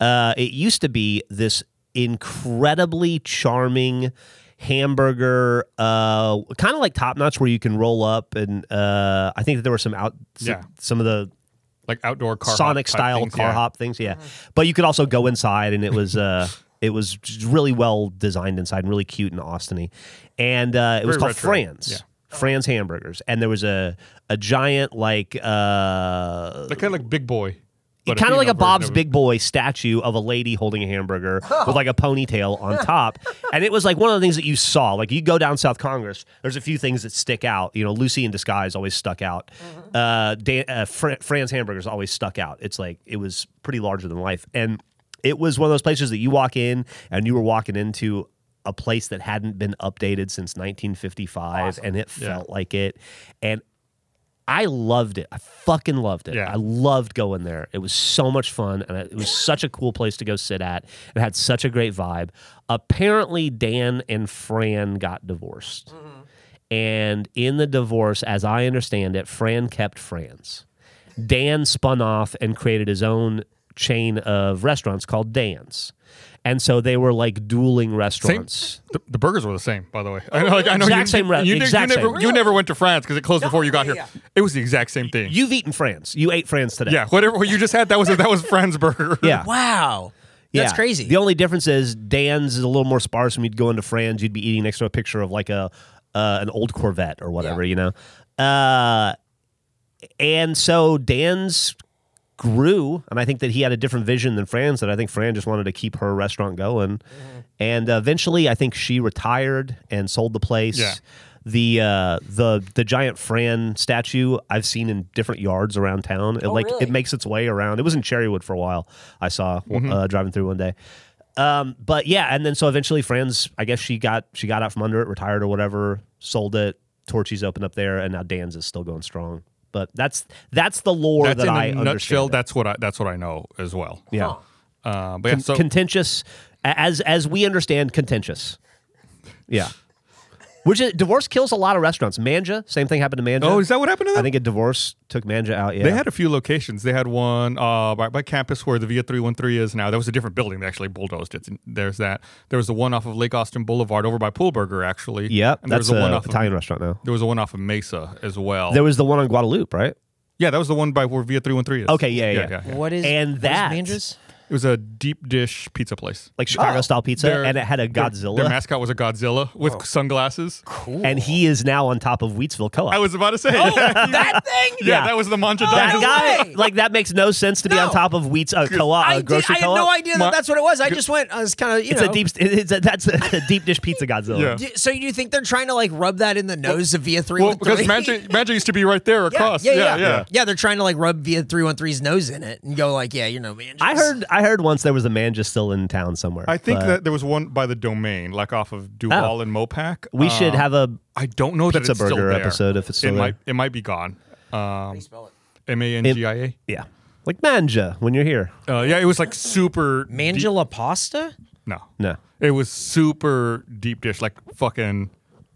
Speaker 3: Uh, it used to be this incredibly charming hamburger, uh, kind of like Top Notch, where you can roll up and uh, I think that there were some out, some,
Speaker 2: Yeah.
Speaker 3: some of the
Speaker 2: like outdoor car hop
Speaker 3: Sonic
Speaker 2: type
Speaker 3: style
Speaker 2: things,
Speaker 3: car
Speaker 2: yeah.
Speaker 3: hop things. Yeah, but you could also go inside, and it was uh, it was just really well designed inside, and really cute and austiny, and uh, it was
Speaker 2: Very
Speaker 3: called
Speaker 2: retro.
Speaker 3: Franz. Franz hamburgers, and there was a a giant like uh,
Speaker 2: Like kind of like Big Boy. but
Speaker 3: kind of like
Speaker 2: female
Speaker 3: a Bob's
Speaker 2: version of it.
Speaker 3: Big Boy statue of a lady holding a hamburger with like a ponytail on top. and it was like one of the things that you saw. Like you go down South Congress, there's a few things that stick out. You know, Lucy in Disguise always stuck out.
Speaker 2: Mm-hmm.
Speaker 3: Uh, Dan, uh, Fran- Fran's Hamburgers always stuck out. It's like it was pretty larger than life. And it was one of those places that you walk in and you were walking into a place that hadn't been updated since 1955 and it
Speaker 2: Yeah.
Speaker 3: felt like it. And I loved it. I fucking loved it.
Speaker 2: Yeah.
Speaker 3: I loved going there. It was so much fun, and it was such a cool place to go sit at. It had such a great vibe. Apparently, Dan and Fran got divorced,
Speaker 2: Mm-hmm.
Speaker 3: and in the divorce, as I understand it, Fran kept Fran's. Dan spun off and created his own chain of restaurants called Dan's, and so they were like dueling restaurants.
Speaker 2: The, the burgers were the same, by the way. I know, like, I know
Speaker 3: Exact
Speaker 2: you,
Speaker 3: same re-
Speaker 2: you, ne-
Speaker 3: exact
Speaker 2: you never,
Speaker 3: same.
Speaker 2: you never went to France because it closed before you got here.
Speaker 1: yeah.
Speaker 2: It was the exact same thing.
Speaker 3: You've eaten Fran's. You ate Fran's today.
Speaker 2: yeah, whatever you just had, that was that was Fran's burger.
Speaker 3: Yeah.
Speaker 1: Wow. That's
Speaker 3: Yeah.
Speaker 1: crazy.
Speaker 3: The only difference is Dan's is a little more sparse. When you'd go into Fran's, you'd be eating next to a picture of like a uh, an old Corvette or whatever, you know. Uh, and so Dan's grew, and I think that he had a different vision than Fran's. That I think Fran just wanted to keep her restaurant going, and uh, eventually I think she retired and sold the place.
Speaker 2: Yeah.
Speaker 3: The uh, the the giant Fran statue I've seen in different yards around town. It, like
Speaker 1: really?
Speaker 3: it makes its way around. It was in Cherrywood for a while. I saw uh, driving through one day. Um, but yeah, and then so eventually, Fran's. I guess she got she got out from under it, retired or whatever, sold it. Torchy's opened up there, and now Dan's is still going strong. But that's that's the lore
Speaker 2: that's
Speaker 3: that
Speaker 2: in a
Speaker 3: I understand.
Speaker 2: nutshell.
Speaker 3: it.
Speaker 2: That's what I that's what I know as well.
Speaker 3: yeah,
Speaker 2: Uh, but yeah, so
Speaker 3: contentious a- as as we understand contentious. Yeah, which is, divorce kills a lot of restaurants. Manja, same thing happened to Manja.
Speaker 2: oh, is that what happened to them?
Speaker 3: I think a divorce took Manja out. Yeah,
Speaker 2: They had a few locations. They had one uh, right by campus where the Via 313 is now. That was a different building. They actually bulldozed it. There's that. There was the one off of Lake Austin Boulevard over by Pool Burger, actually.
Speaker 3: yep.
Speaker 2: And there
Speaker 3: That's
Speaker 2: was the one
Speaker 3: an
Speaker 2: off
Speaker 3: Italian
Speaker 2: Of,
Speaker 3: restaurant now.
Speaker 2: there was a one off of Mesa as well.
Speaker 3: There was the one on Guadalupe, right?
Speaker 2: yeah, that was the one by where Via 313 is.
Speaker 3: Okay, yeah, yeah.
Speaker 1: What is
Speaker 3: And
Speaker 1: what is
Speaker 3: that-
Speaker 1: Mandra's?
Speaker 2: It was a deep dish pizza place.
Speaker 3: Like Chicago style pizza,
Speaker 2: Their-
Speaker 3: and it had a
Speaker 2: their-
Speaker 3: Godzilla.
Speaker 2: Their, mascot was a Godzilla with sunglasses.
Speaker 3: and he is now on top of Wheatsville Co-op.
Speaker 2: I was about to say. yeah,
Speaker 1: that thing.
Speaker 3: Yeah.
Speaker 2: that was the mantra.
Speaker 3: that
Speaker 1: no
Speaker 3: guy,
Speaker 1: way.
Speaker 3: like that makes no sense to be on
Speaker 1: No.
Speaker 3: top of Wheats uh, Co-op,
Speaker 1: I,
Speaker 3: uh,
Speaker 1: did,
Speaker 3: grocery
Speaker 1: I had
Speaker 3: Co-op.
Speaker 1: no idea that
Speaker 2: My-
Speaker 1: that's what it was. I just went. I was kind of you
Speaker 3: It's
Speaker 1: know.
Speaker 3: a deep. It's a, that's a, a deep dish pizza Godzilla.
Speaker 2: Yeah.
Speaker 1: D- so you think they're trying to like rub that in the nose of Via three
Speaker 2: Well,
Speaker 1: one three?
Speaker 2: because Magic, Magic used to be right there
Speaker 1: Yeah,
Speaker 2: across.
Speaker 1: yeah, yeah,
Speaker 2: yeah.
Speaker 1: Yeah, They're trying to like rub Via 313's nose in it and go like, yeah, you know, Mandra's.
Speaker 3: I heard. I heard once there was a man just still in town somewhere.
Speaker 2: I think
Speaker 3: but
Speaker 2: that there was one by the domain, like off of Duval and Mopac.
Speaker 3: Oh. we should
Speaker 2: Um,
Speaker 3: have a.
Speaker 2: I don't know that
Speaker 3: pizza
Speaker 2: it's still
Speaker 3: burger
Speaker 2: there.
Speaker 3: episode if it's still
Speaker 2: it
Speaker 3: there.
Speaker 2: might it might be gone. Um,
Speaker 1: Spell it.
Speaker 2: M a n g i a.
Speaker 3: Yeah, like manja when you're here.
Speaker 2: Uh, yeah, it was like super deep-
Speaker 1: Mangela Pasta.
Speaker 2: No,
Speaker 3: No.
Speaker 2: it was super deep dish, like fucking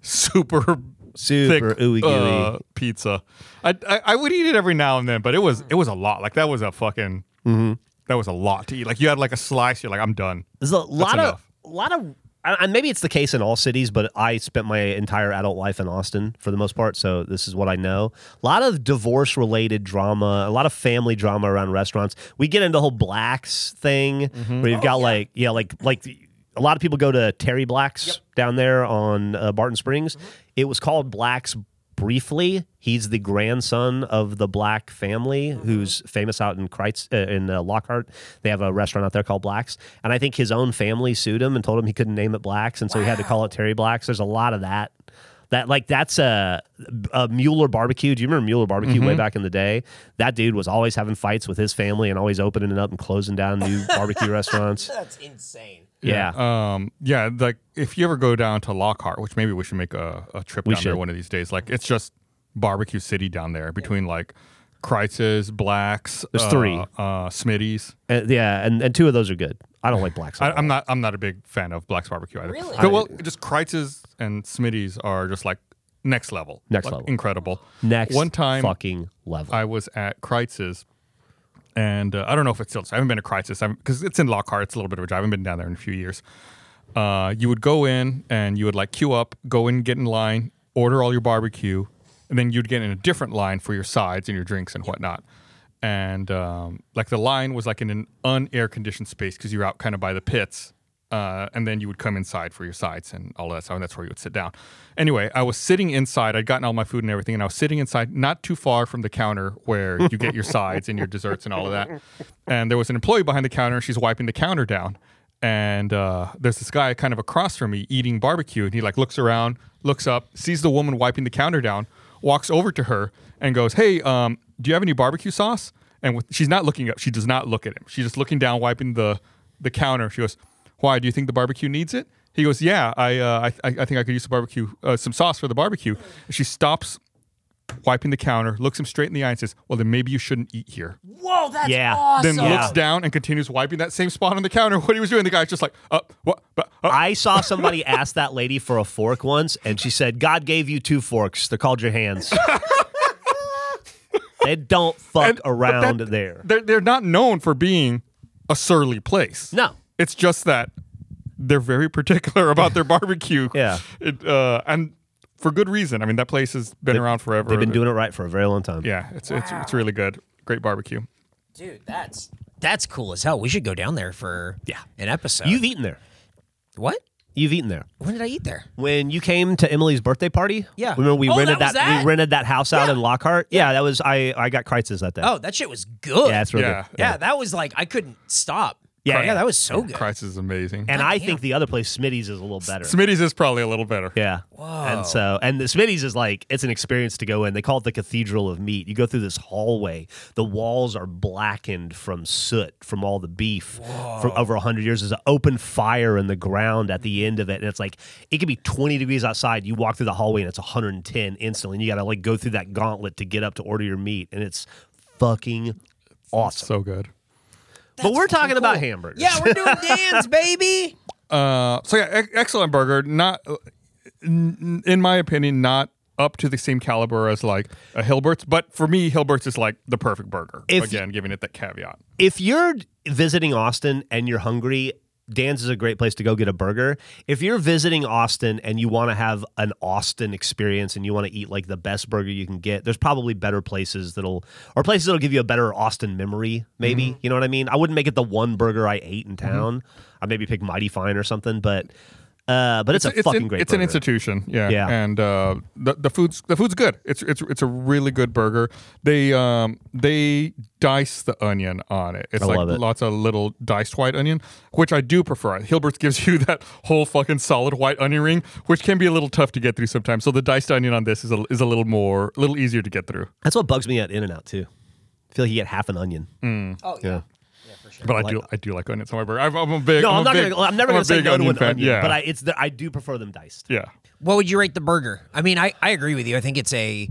Speaker 2: super
Speaker 3: Super
Speaker 2: thick,
Speaker 3: ooey gooey.
Speaker 2: uh, pizza. I, I I would eat it every now and then, but it was it was a lot. Like that was a fucking
Speaker 3: Mm-hmm.
Speaker 2: that was a lot to eat. Like you had like a slice, you're like I'm done.
Speaker 3: There's a lot of
Speaker 2: enough.
Speaker 3: lot of and and maybe it's the case in all cities, but I spent my entire adult life in Austin for the most part, so this is what I know. A lot of divorce related drama, a lot of family drama around restaurants. We get into the whole blacks thing where you've got like yeah, like like the- a lot of people go to Terry Blacks down there on uh, Barton Springs. It was called Blacks briefly. He's the grandson of the Black family,
Speaker 2: Mm-hmm.
Speaker 3: who's famous out in Kreitz, uh, in uh, Lockhart. They have a restaurant out there called Blacks, and I think his own family sued him and told him he couldn't name it Blacks, and so he had to call it Terry Blacks. There's a lot of that. That like that's a, a Mueller barbecue. Do you remember Mueller barbecue
Speaker 2: Mm-hmm.
Speaker 3: way back in the day? That dude was always having fights with his family and always opening it up and closing down new barbecue restaurants.
Speaker 1: That's insane.
Speaker 3: Yeah.
Speaker 2: Um, yeah, like if you ever go down to Lockhart, which maybe we should make a, a trip down there
Speaker 3: should.
Speaker 2: one of these days. Like it's just barbecue city down there between like Kreiz's, Blacks.
Speaker 3: There's
Speaker 2: uh,
Speaker 3: three.
Speaker 2: Uh, Smitty's.
Speaker 3: Uh, yeah, and, and two of those are good. I don't like blacks.
Speaker 2: I, I'm not. I'm not a big fan of Black's barbecue either.
Speaker 1: Really?
Speaker 2: But, well, just Kreiz's and Smitty's are just like next level.
Speaker 3: Next
Speaker 2: Like,
Speaker 3: level.
Speaker 2: Incredible.
Speaker 3: Next
Speaker 2: One time,
Speaker 3: fucking level.
Speaker 2: I was at Kreitz's, and uh, I don't know if it's still. I haven't been to Kreitz's because it's in Lockhart. It's a little bit of a drive. I haven't been down there in a few years. Uh, you would go in and you would like queue up, go in, get in line, order all your barbecue, and then you'd get in a different line for your sides and your drinks and whatnot. And um, like the line was like in an unair conditioned space because you're out kind of by the pits. Uh, and then you would come inside for your sides and all that stuff. And that's where you would sit down. Anyway, I was sitting inside. I'd gotten all my food and everything, and I was sitting inside, not too far from the counter where you get your sides and your desserts and all of that. And there was an employee behind the counter, and she's wiping the counter down. And uh, there's this guy kind of across from me eating barbecue, and he like looks around, looks up, sees the woman wiping the counter down, walks over to her, and goes, "Hey, um, do you have any barbecue sauce?" And with, she's not looking up. She does not look at him. She's just looking down, wiping the the counter. She goes, "Why do you think the barbecue needs it?" He goes, "Yeah, I uh, I, I I think I could use some barbecue, uh, some sauce for the barbecue." And she stops wiping the counter, looks him straight in the eye, and says, "Well, then maybe you shouldn't eat here."
Speaker 1: Whoa, that's
Speaker 3: Yeah.
Speaker 1: awesome.
Speaker 2: Then
Speaker 3: Yeah.
Speaker 2: looks down and continues wiping that same spot on the counter. What he was doing, the guy's just like, "Uh, what?" But, uh,
Speaker 3: I saw somebody ask that lady for a fork once, and she said, "God gave you two forks. They're called your hands." they don't fuck
Speaker 2: And- but that-
Speaker 3: around there.
Speaker 2: they're they're not known for being a surly place.
Speaker 3: No.
Speaker 2: it's just that they're very particular about their barbecue.
Speaker 3: Yeah.
Speaker 2: it, uh, and for good reason. I mean, that place has been around forever.
Speaker 3: They've been doing it right for a very long time.
Speaker 2: Yeah, it's it's it's really good. Great barbecue.
Speaker 1: Dude, that's that's cool as hell. We should go down there for
Speaker 3: Yeah.
Speaker 1: an episode.
Speaker 3: You've eaten there.
Speaker 1: what?
Speaker 3: You've eaten there.
Speaker 1: When did I eat there?
Speaker 3: When you came to Emily's birthday party,
Speaker 1: Yeah.
Speaker 3: remember we
Speaker 1: Oh,
Speaker 3: rented
Speaker 1: that was
Speaker 3: that,
Speaker 1: that?
Speaker 3: we rented that house out
Speaker 1: Yeah.
Speaker 3: in Lockhart. Yeah. that was I. I got Kreitz's that day.
Speaker 1: Oh, that shit was good.
Speaker 3: yeah, that's really
Speaker 2: Yeah.
Speaker 3: good.
Speaker 1: Yeah, that was like I couldn't stop.
Speaker 3: Yeah,
Speaker 1: yeah,
Speaker 3: yeah.
Speaker 1: that was so good.
Speaker 2: Christ is amazing.
Speaker 3: And I think the other place, Smitty's, is a little better.
Speaker 2: Smitty's is probably a little better.
Speaker 3: Yeah. And so, and the Smitty's is like, it's an experience to go in. They call it the Cathedral of Meat. You go through this hallway. The walls are blackened from soot from all the beef for over 100 years. There's an open fire in the ground at the end of it. And it's like, it could be 20 degrees outside. You walk through the hallway and it's 110 instantly. And you got to like go through that gauntlet to get up to order your meat. And it's fucking awesome.
Speaker 2: So good.
Speaker 3: but we're talking about hamburgers.
Speaker 1: Yeah, we're doing Dan's, baby.
Speaker 2: Uh, so yeah, e- excellent burger. Not, uh, n- in my opinion, not up to the same caliber as like a Hilbert's, but for me, Hilbert's is like the perfect burger.
Speaker 3: If-
Speaker 2: Again, giving it that caveat.
Speaker 3: if you're visiting Austin and you're hungry, Dan's is a great place to go get a burger. If you're visiting Austin and you want to have an Austin experience and you want to eat like the best burger you can get, there's probably better places that'll or places that'll give you a better Austin memory, maybe.
Speaker 2: Mm-hmm.
Speaker 3: You know what I mean? I wouldn't make it the one burger I ate in town. I'd maybe pick Mighty Fine or something, but uh but it's, a fucking
Speaker 2: an,
Speaker 3: great
Speaker 2: It's an
Speaker 3: burger.
Speaker 2: institution, yeah.
Speaker 3: Yeah.
Speaker 2: And uh, the the food's the food's good. It's it's it's a really good burger. They um they dice the onion on it. It's
Speaker 3: I
Speaker 2: like
Speaker 3: love it.
Speaker 2: lots of little diced white onion, which I do prefer. Hilbert's gives you that whole fucking solid white onion ring, which can be a little tough to get through sometimes. So the diced onion on this is a, is a little more, a little easier to get through.
Speaker 3: That's what bugs me at In and Out too. I feel like you get half an onion.
Speaker 2: Mm.
Speaker 1: Oh
Speaker 3: Yeah.
Speaker 2: But I do I do like onions on my burger. I'm, I'm a big
Speaker 3: No, I'm,
Speaker 2: a
Speaker 3: not
Speaker 2: big-
Speaker 3: gonna. I'm never
Speaker 2: a
Speaker 3: gonna say
Speaker 2: big
Speaker 3: no to an
Speaker 2: fan.
Speaker 3: onion.
Speaker 2: Yeah,
Speaker 3: But I, it's the, I do prefer them diced.
Speaker 2: yeah.
Speaker 1: What would you rate the burger? I mean, I, I agree with you. I think it's a.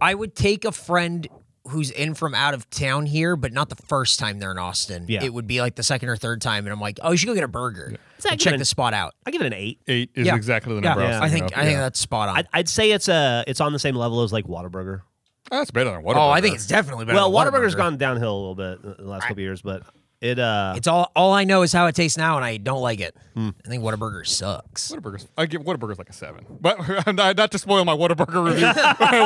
Speaker 1: I would take a friend who's in from out of town here, but not the first time they're in Austin.
Speaker 3: Yeah.
Speaker 1: It would be like the second or third time, and I'm like, oh, you should go get a burger.
Speaker 3: like
Speaker 1: And check
Speaker 3: when-
Speaker 1: the spot out.
Speaker 3: I give it an eight.
Speaker 2: Eight is
Speaker 1: Yeah.
Speaker 2: exactly the
Speaker 1: Yeah,
Speaker 2: number. I, was
Speaker 1: I
Speaker 2: thinking
Speaker 1: think
Speaker 2: of.
Speaker 1: I think
Speaker 2: Yeah.
Speaker 1: that's spot on.
Speaker 3: I'd, I'd say it's a it's on the same level as like Whataburger.
Speaker 2: that's better than Whataburger.
Speaker 1: oh, I think it's definitely better.
Speaker 3: well,
Speaker 1: than
Speaker 3: Whataburger's
Speaker 1: Whataburger.
Speaker 3: gone downhill a little bit the last couple years, but it uh
Speaker 1: It's all all I know is how it tastes now, and I don't like it. I think Whataburger sucks.
Speaker 2: Whataburger's, I give Whataburger's like a seven. But not, not to spoil my Whataburger review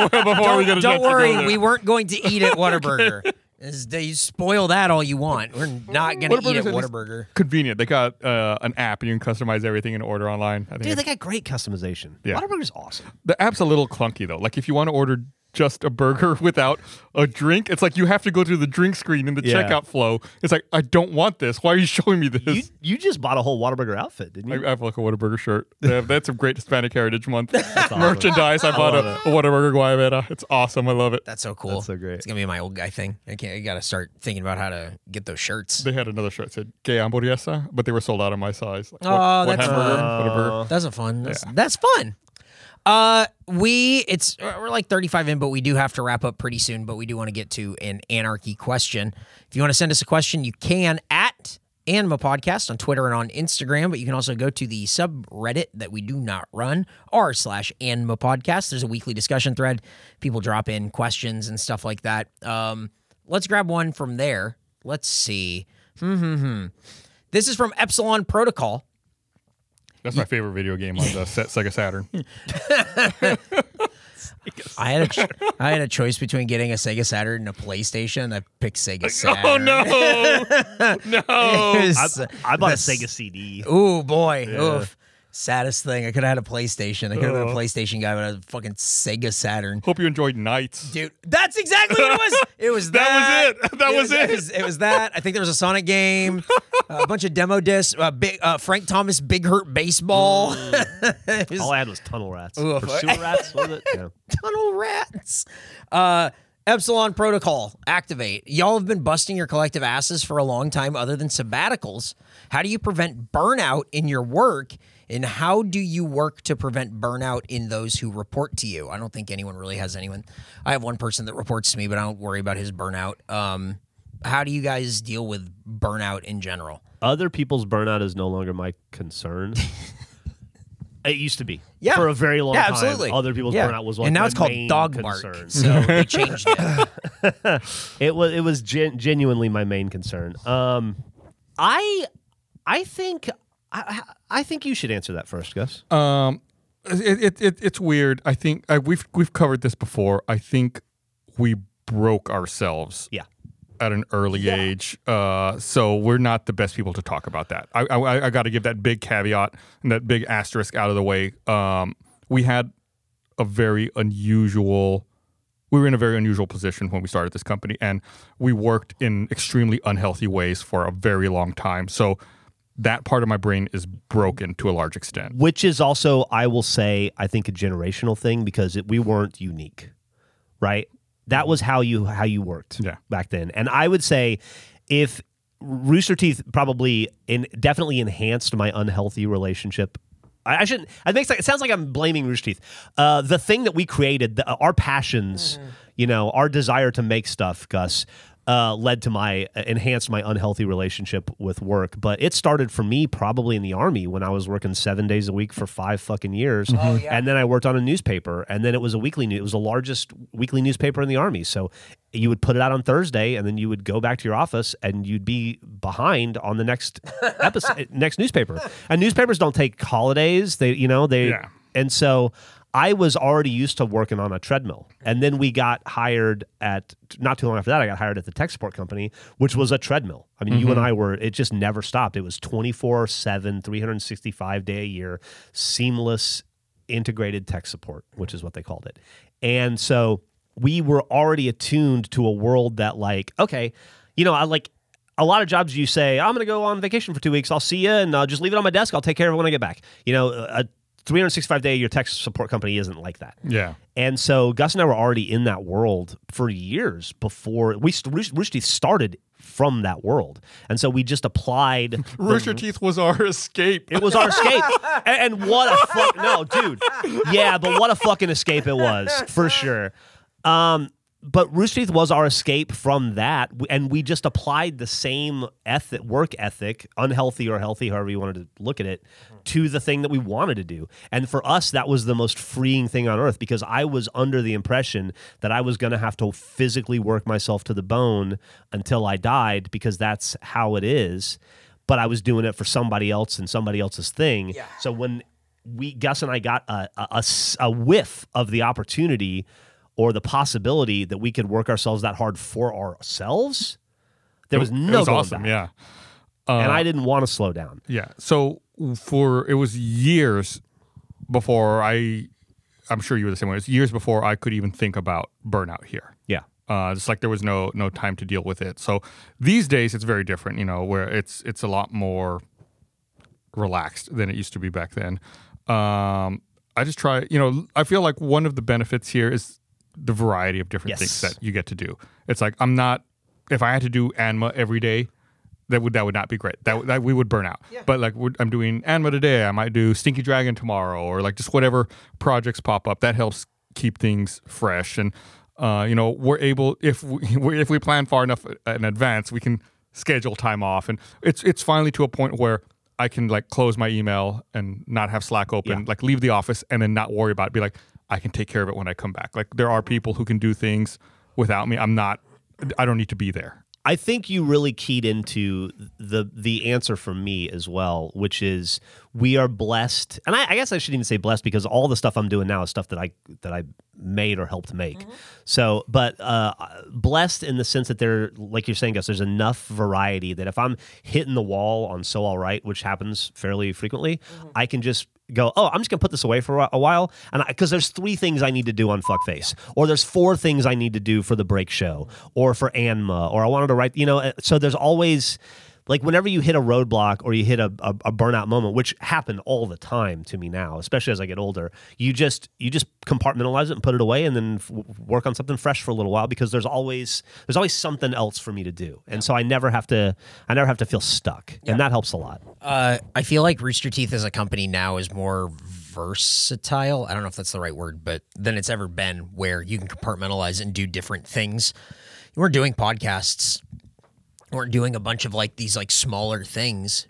Speaker 2: before we get a chance
Speaker 1: Don't
Speaker 2: to go
Speaker 1: worry,
Speaker 2: there.
Speaker 1: we weren't going to eat at Whataburger. Is they spoil that all you want. We're not gonna eat at
Speaker 2: Whataburger's at least
Speaker 1: Whataburger.
Speaker 2: Convenient. They got uh, an app and you can customize everything and order online. I think
Speaker 3: Dude,
Speaker 2: it-
Speaker 3: they got great customization.
Speaker 2: Yeah.
Speaker 3: Whataburger's awesome.
Speaker 2: the app's a little clunky though. Like if you want to order just a burger without a drink, it's like you have to go through the drink screen in the
Speaker 3: Yeah.
Speaker 2: checkout flow. It's like I don't want this. Why are you showing me
Speaker 3: You,
Speaker 2: this?
Speaker 3: you just bought a whole Whataburger outfit, didn't
Speaker 2: I
Speaker 3: you?
Speaker 2: I have like a Whataburger shirt. They have- That's a great Hispanic Heritage Month
Speaker 3: awesome.
Speaker 2: merchandise. I bought a, a Whataburger Guayabera. It's awesome. I love it.
Speaker 1: That's so cool.
Speaker 3: That's so great.
Speaker 1: It's gonna be my old guy thing. I can't. I gotta start thinking about how to get those shirts.
Speaker 2: They had another shirt that said "Gay Hamburguesa," but they were sold out on my size. Like,
Speaker 1: Oh, that's-
Speaker 2: hamburger?
Speaker 3: Oh.
Speaker 2: Whataburger.
Speaker 1: That's a fun. That's, that's fun. Uh, we it's uh, we're like 35 in, but we do have to wrap up pretty soon. But we do want to get to an anarchy question. If you want to send us a question, you can at Anima Podcast on Twitter and on Instagram. But you can also go to the subreddit that we do not run r slash Anima Podcast. There's a weekly discussion thread. People drop in questions and stuff like that. Um, let's grab one from there. Let's see. Hmm, hmm, hmm. This is from Epsilon Protocol.
Speaker 2: That's my favorite video game on the set, Sega Saturn.
Speaker 1: I had a ch- I had a choice between getting a Sega Saturn and a PlayStation. I picked Sega Saturn.
Speaker 2: oh no, no!
Speaker 1: It
Speaker 3: I,
Speaker 1: was-
Speaker 3: I bought a
Speaker 1: the-
Speaker 3: Sega CD.
Speaker 1: Ooh boy, oof. Saddest thing. I could have had a PlayStation. I could have been a
Speaker 2: Oh.
Speaker 1: PlayStation guy, but I was a fucking Sega Saturn.
Speaker 2: Hope you enjoyed Nights.
Speaker 1: Dude, that's exactly what it was. It was
Speaker 2: That
Speaker 1: that.
Speaker 2: was it. That was it.
Speaker 1: was- It was that. I think there was a Sonic game, a bunch of demo discs, uh, big, uh, Frank Thomas Big Hurt Baseball. It was-
Speaker 3: All I had was tunnel rats.
Speaker 1: Oof.
Speaker 3: Or sewer rats, was it? Yeah.
Speaker 1: tunnel rats. Uh, Epsilon Protocol, activate. Y'all have been busting your collective asses for a long time, other than sabbaticals. How do you prevent burnout in your work? And how do you work to prevent burnout in those who report to you? I don't think anyone really has anyone. I have one person that reports to me, but I don't worry about his burnout. Um, how do you guys deal with burnout in general?
Speaker 3: Other people's burnout is no longer my concern. it used to be.
Speaker 1: Yeah.
Speaker 3: For a very long
Speaker 1: yeah,
Speaker 3: time.
Speaker 1: absolutely.
Speaker 3: Other people's
Speaker 1: Yeah.
Speaker 3: burnout was like
Speaker 1: and now
Speaker 3: my
Speaker 1: it's called
Speaker 3: main
Speaker 1: dog
Speaker 3: concern.
Speaker 1: bark. So they changed it.
Speaker 3: It was it was gen- genuinely my main concern. Um, I I think I, I think you should answer that first, Gus.
Speaker 2: Um, it, it, it it's weird. I think I, we've we've covered this before. I think we broke ourselves
Speaker 3: yeah.
Speaker 2: at an early age, uh, so we're not the best people to talk about that. I I, I got to give that big caveat and that big asterisk out of the way. Um, we had a very unusual. We were in a very unusual position when we started this company, and we worked in extremely unhealthy ways for a very long time. So that part of my brain is broken to a large extent.
Speaker 3: Which is also, I will say, I think a generational thing because it, we weren't unique, right? That was how you how you worked
Speaker 2: Yeah.
Speaker 3: back then, and I would say if Rooster Teeth probably in, definitely enhanced my unhealthy relationship. I, I shouldn't. It makes it sounds like I'm blaming Rooster Teeth. Uh, the thing that we created, the, our passions, you know, our desire to make stuff, Gus. Uh, led to my enhanced my unhealthy relationship with work, but it started for me probably in the army when I was working seven days a week for five fucking years, and then I worked on a newspaper, and then it was a weekly. New- it was the largest weekly newspaper in the army, so you would put it out on Thursday, and then you would go back to your office, and you'd be behind on the next episode, next newspaper. And newspapers don't take holidays; they, you know, they.
Speaker 2: Yeah.
Speaker 3: And so I was already used to working on a treadmill, and then we got hired at not too long after that. I got hired at the tech support company, which was a treadmill. I mean, you and I were it just never stopped. It was twenty four seven, three hundred sixty five day a year, seamless integrated tech support, which is what they called it. And so we were already attuned to a world that like, okay, you know, I like a lot of jobs you say, I'm going to go on vacation for two weeks. I'll see you and I'll just leave it on my desk. I'll take care of it when I get back. You know, a 365 day your tech support company isn't like that.
Speaker 2: Yeah.
Speaker 3: And so Gus and I were already in that world for years before we st- Rooster Rooster Teeth started from that world. And so we just applied
Speaker 2: Rooster Teeth was our escape.
Speaker 3: It was our escape. And, and what a fuck no, dude. Yeah, but what a fucking escape it was for sure. Um, but Rooster Teeth was our escape from that, w- and we just applied the same ethic, work ethic, unhealthy or healthy, however you wanted to look at it, to the thing that we wanted to do. And for us, that was the most freeing thing on earth because I was under the impression that I was going to have to physically work myself to the bone until I died because that's how it is but I was doing it for somebody else and somebody else's thing. So when we Gus and I got a a- a s- a whiff of the opportunity, or the possibility that we could work ourselves that hard for ourselves, there was no
Speaker 2: it was
Speaker 3: going
Speaker 2: awesome.
Speaker 3: back.
Speaker 2: Yeah, Uh-huh.
Speaker 3: and I didn't want to slow down.
Speaker 2: yeah. So for it was years before I, I'm sure you were the same way. It's years before I could even think about burnout here.
Speaker 3: Yeah.
Speaker 2: Uh, it's like there was no no time to deal with it. So these days it's very different. You know, where it's it's a lot more relaxed than it used to be back then. Um, I just try. You know, I feel like one of the benefits here is the variety of
Speaker 3: Yes.
Speaker 2: different things that you get to do. It's like I'm not. If I had to do ANMA every day, that would that would not be great. That, would- that we would burn out. But like we're, I'm doing ANMA today, I might do Stinky Dragon tomorrow, or like just whatever projects pop up. That helps keep things fresh, and uh, you know we're able if we if we plan far enough in advance, we can schedule time off, and it's it's finally to a point where I can like close my email and not have Slack open, like leave the office and then not worry about it. Be like, I can take care of it when I come back. Like there are people who can do things without me. I'm not. I don't need to be there.
Speaker 3: I think you really keyed into the the answer for me as well, which is we are blessed, and I, I guess I shouldn't even say blessed because all the stuff I'm doing now is stuff that I that I made or helped make. So, but uh, blessed in the sense that there, like you're saying, Gus, there's enough variety that if I'm hitting the wall on so all right, which happens fairly frequently, I can just go, oh, I'm just gonna put this away for a- a while, and because there's three things I need to do on Fuckface, or there's four things I need to do for the break show, or for Anma, or I wanted to write, you know. uh, So there's always like whenever you hit a roadblock or you hit a, a, a burnout moment, which happen all the time to me now, especially as I get older, you just you just compartmentalize it and put it away, and then f- work on something fresh for a little while because there's always there's always something else for me to do, and so I never have to I never have to feel stuck, and that helps a lot.
Speaker 1: Uh, I feel like Rooster Teeth as a company now is more versatile. I don't know if that's the right word, but than it's ever been, where you can compartmentalize and do different things. You weren't doing podcasts. You weren't doing a bunch of like these like smaller things.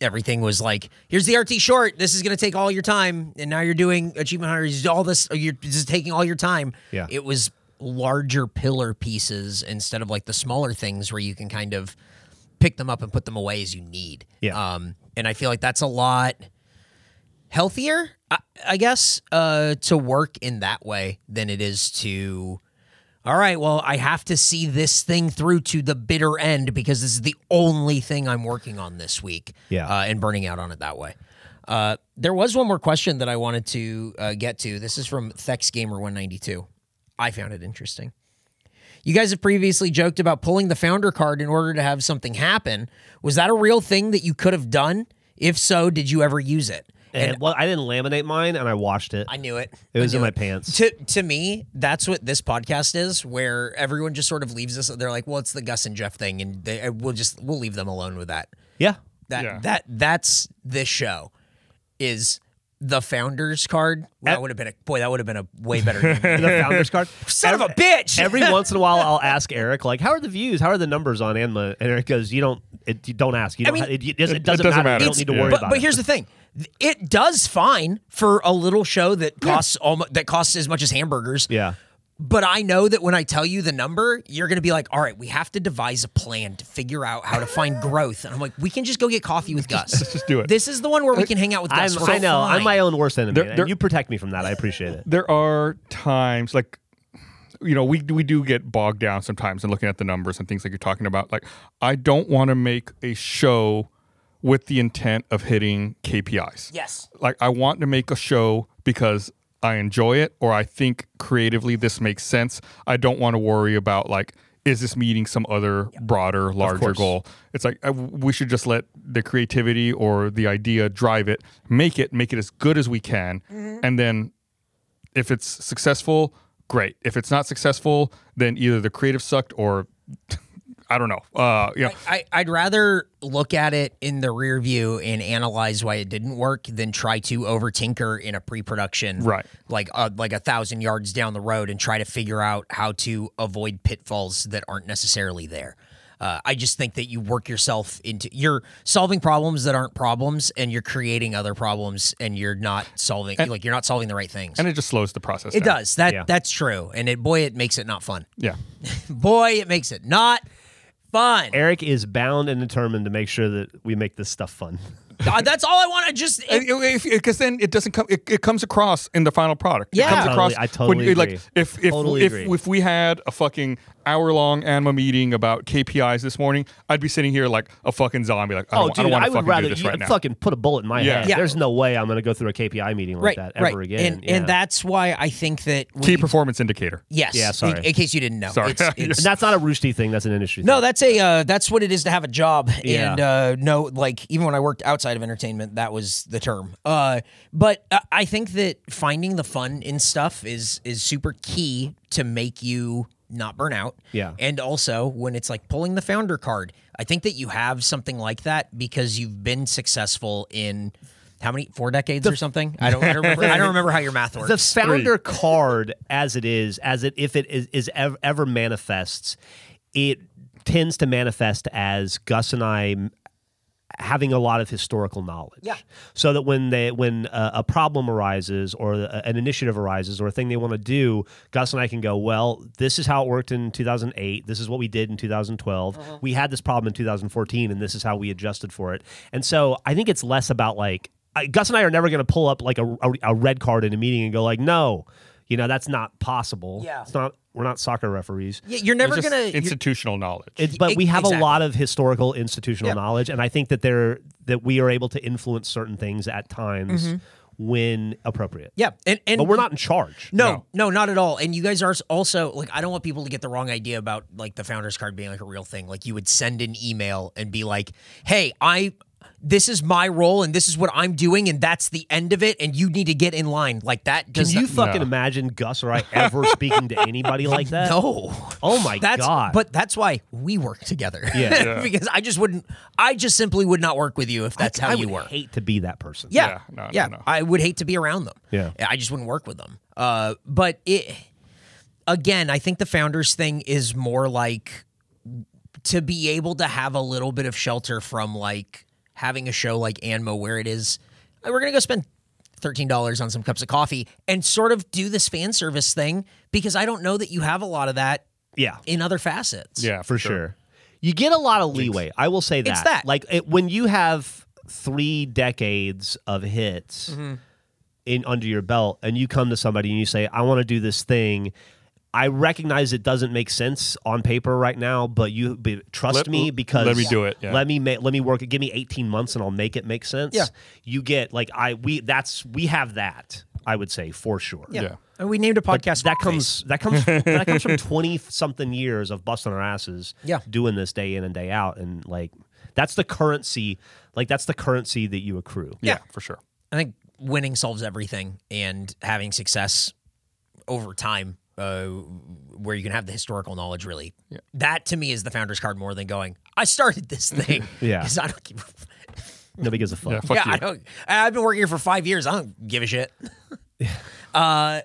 Speaker 1: Everything was like, here's the RT short. This is going to take all your time, and now you're doing achievement hunters. All this, you're just taking all your time.
Speaker 3: Yeah.
Speaker 1: it was larger pillar pieces instead of like the smaller things where you can kind of pick them up and put them away as you need.
Speaker 3: Yeah.
Speaker 1: Um, and I feel like that's a lot healthier, I, I guess, uh, to work in that way than it is to. All right, well, I have to see this thing through to the bitter end because this is the only thing I'm working on this week.
Speaker 3: Yeah.
Speaker 1: Uh, and burning out on it that way. Uh, there was one more question that I wanted to uh, get to. This is from Thex Gamer 192. I found it interesting. You guys have previously joked about pulling the founder card in order to have something happen. Was that a real thing that you could have done? If so, did you ever use it?
Speaker 3: And, well, I didn't laminate mine, and I washed it.
Speaker 1: I knew it.
Speaker 3: It was
Speaker 1: I
Speaker 3: in
Speaker 1: knew
Speaker 3: my pants.
Speaker 1: To to me, that's what this podcast is, where everyone just sort of leaves us. They're like, "Well, it's the Gus and Jeff thing," and they, uh, we'll just we'll leave them alone with that.
Speaker 3: yeah,
Speaker 1: That
Speaker 2: Yeah.
Speaker 1: that that's this show is the founders card. That would have been a boy. That would have been a way better name.
Speaker 3: the founder's card.
Speaker 1: son of a bitch.
Speaker 3: Every once in a while, I'll ask Eric, like, "How are the views? How are the numbers on Anma?" And Eric goes, "You don't. It, you don't ask. You don't.
Speaker 1: mean,
Speaker 3: ha- it, it doesn't,
Speaker 2: it
Speaker 3: doesn't
Speaker 2: doesn't
Speaker 3: matter.
Speaker 2: matter.
Speaker 3: You don't
Speaker 2: It's-
Speaker 3: need to
Speaker 2: yeah.
Speaker 3: worry
Speaker 1: but,
Speaker 3: about
Speaker 1: but
Speaker 3: it."
Speaker 1: here's the thing it does fine for a little show that costs almost that costs as much as hamburgers
Speaker 3: Yeah.
Speaker 1: but I know that when I tell you the number, you're going to be like, all right, we have to devise a plan to figure out how to find growth. And I'm like, we can just go get coffee with Gus. Let's
Speaker 2: just do it.
Speaker 1: This is the one where we can hang out with
Speaker 3: I'm,
Speaker 1: Gus. We're
Speaker 3: I know. I'm
Speaker 1: fine.
Speaker 3: my own worst enemy,
Speaker 2: There- there-
Speaker 3: and you protect me from that. I appreciate it.
Speaker 2: there are times like you know we we do get bogged down sometimes in looking at the numbers and things like you're talking about like i don't want to make a show with the intent of hitting kpis
Speaker 1: Yes.
Speaker 2: like i want to make a show because i enjoy it or i think creatively this makes sense i don't want to worry about like is this meeting some other broader larger
Speaker 3: course.
Speaker 2: goal it's like I, we should just let the creativity or the idea drive it make it make it as good as we can
Speaker 1: Mm-hmm.
Speaker 2: and then if it's successful, great. If it's not successful, then either the creative sucked or I don't know. Uh, you know,
Speaker 1: I, I'd rather look at it in the rear view and analyze why it didn't work than try to over tinker in a pre production,
Speaker 2: Right.
Speaker 1: Like uh, like a thousand yards down the road and try to figure out how to avoid pitfalls that aren't necessarily there. Uh, I just think that you work yourself into you're solving problems that aren't problems, and you're creating other problems, and you're not solving like you're not solving the right things.
Speaker 2: and it just slows the process.
Speaker 1: it
Speaker 2: down.
Speaker 1: does that.
Speaker 3: Yeah.
Speaker 1: That's true, and it boy, it makes it not fun.
Speaker 2: Yeah.
Speaker 1: Boy, it makes it not fun.
Speaker 3: Eric is bound and determined to make sure that we make this stuff fun.
Speaker 1: God, Uh, that's all I want to just.
Speaker 2: because then it doesn't come. It, it comes across in the final product.
Speaker 1: Yeah.
Speaker 2: it comes
Speaker 3: Totally,
Speaker 2: across.
Speaker 3: I totally
Speaker 2: when, Like
Speaker 3: agree.
Speaker 2: if if
Speaker 3: Totally
Speaker 2: if,
Speaker 3: agree.
Speaker 2: if we had a fucking hour long anima meeting about KPIs this morning, I'd be sitting here like a fucking zombie. Like I
Speaker 3: Oh,
Speaker 2: don't, I
Speaker 3: dude,
Speaker 2: don't want
Speaker 3: I,
Speaker 2: to
Speaker 3: would
Speaker 2: fucking
Speaker 3: rather
Speaker 2: do this
Speaker 3: you
Speaker 2: right now.
Speaker 3: fucking put a bullet in my
Speaker 2: Yeah.
Speaker 3: head.
Speaker 1: Yeah.
Speaker 3: There's no way I'm going to go through a KPI meeting
Speaker 1: right,
Speaker 3: like that
Speaker 1: right.
Speaker 3: ever again.
Speaker 1: And,
Speaker 3: yeah.
Speaker 1: and that's why I think that we,
Speaker 2: Key performance indicator.
Speaker 1: Yes.
Speaker 3: Yeah, sorry.
Speaker 1: In, in case you didn't know.
Speaker 2: Sorry.
Speaker 1: It's-
Speaker 2: Yeah.
Speaker 1: it's-
Speaker 3: And that's not a Roosty thing. That's an industry.
Speaker 1: no,
Speaker 3: thing.
Speaker 1: that's a uh, that's what it is to have a job.
Speaker 3: Yeah.
Speaker 1: And uh, no, like even when I worked outside of entertainment, that was the term. Uh, but uh, I think that finding the fun in stuff is is super key to make you not burn out.
Speaker 3: Yeah.
Speaker 1: And also when it's like pulling the founder card, I think that you have something like that because you've been successful in. How many? Four decades or something? I don't, I don't remember. I don't remember how your math works.
Speaker 3: the founder card as it is as it if it is, is ever, ever manifests it tends to manifest as gus and i m- having a lot of historical knowledge
Speaker 1: Yeah.
Speaker 3: so that when they when uh, a problem arises or a, an initiative arises or a thing they want to do gus and i can go well this is how it worked in 2008 this is what we did in 2012
Speaker 1: Uh-huh.
Speaker 3: we had this problem in 2014 and this is how we adjusted for it and so i think it's less about like I, gus and i are never going to pull up like a, a, a red card in a meeting and go like no you know that's not possible
Speaker 1: Yeah.
Speaker 3: it's not we're not soccer referees
Speaker 1: Yeah, you're never
Speaker 2: Just
Speaker 1: gonna. you're-
Speaker 2: institutional knowledge.
Speaker 3: it's, but we have
Speaker 1: Exactly.
Speaker 3: a lot of historical institutional
Speaker 1: Yeah.
Speaker 3: knowledge, and I think that there that we are able to influence certain things at times when appropriate.
Speaker 1: yeah, and Mm-hmm. and
Speaker 3: but we're not in charge.
Speaker 1: No, no, not at all. And you guys are also like, I don't want people to get the wrong idea about like the founders card being like a real thing. Like you would send an email and be like, "Hey, I." This is my role, and this is what I'm doing, and that's the end of it. And you need to get in line like that.
Speaker 3: Can
Speaker 1: Does
Speaker 3: you fucking imagine Gus or I ever speaking to anybody like that?
Speaker 1: no?
Speaker 3: Oh my
Speaker 1: That's
Speaker 3: god!
Speaker 1: but that's why we work together.
Speaker 3: Yeah.
Speaker 1: because I just wouldn't. I just simply would not work with you if that's how
Speaker 3: I
Speaker 1: you
Speaker 3: would
Speaker 1: were.
Speaker 3: hate to be that person.
Speaker 1: Yeah.
Speaker 2: Yeah, no, no,
Speaker 1: yeah.
Speaker 2: no.
Speaker 1: I would hate to be around them.
Speaker 3: Yeah.
Speaker 1: I just wouldn't work with them. Uh, but it, again, I think the founders thing is more like to be able to have a little bit of shelter from like having a show like Anmo where it is, "Hey, we're going to go spend $13 on some cups of coffee and sort of do this fan service thing because I don't know that you have a lot of that
Speaker 3: yeah.
Speaker 1: in other facets.
Speaker 2: yeah,
Speaker 3: for sure. You get a lot of leeway. I will say that.
Speaker 1: It's that.
Speaker 3: Like it, when you have three decades of hits
Speaker 2: Mm-hmm.
Speaker 3: in under your belt, and you come to somebody and you say, "I want to do this thing." I recognize it doesn't make sense on paper right now, but you be, trust
Speaker 2: Let-
Speaker 3: me because
Speaker 2: let me do it, yeah.
Speaker 3: Let me ma- let me work. it. Give me eighteen months, and I'll make it make sense.
Speaker 1: Yeah.
Speaker 3: you get like I we that's we have that. I would say for sure.
Speaker 2: Yeah.
Speaker 1: And we named a podcast
Speaker 3: That
Speaker 1: Fuckface.
Speaker 3: comes that comes that comes from twenty something years of busting our asses,
Speaker 1: Yeah.
Speaker 3: doing this day in and day out, and like that's the currency, like that's the currency that you accrue.
Speaker 2: Yeah, for sure.
Speaker 1: I think winning solves everything, and having success over time, uh, where you can have the historical knowledge, really. That to me is the founder's card more than going, "I started this thing."
Speaker 3: Yeah.
Speaker 1: 'Cause I don't give.
Speaker 3: Nobody gives a fuck.
Speaker 2: Yeah, fuck
Speaker 1: yeah,
Speaker 2: you.
Speaker 1: I don't. I've been working here for five years. I don't give a shit. uh,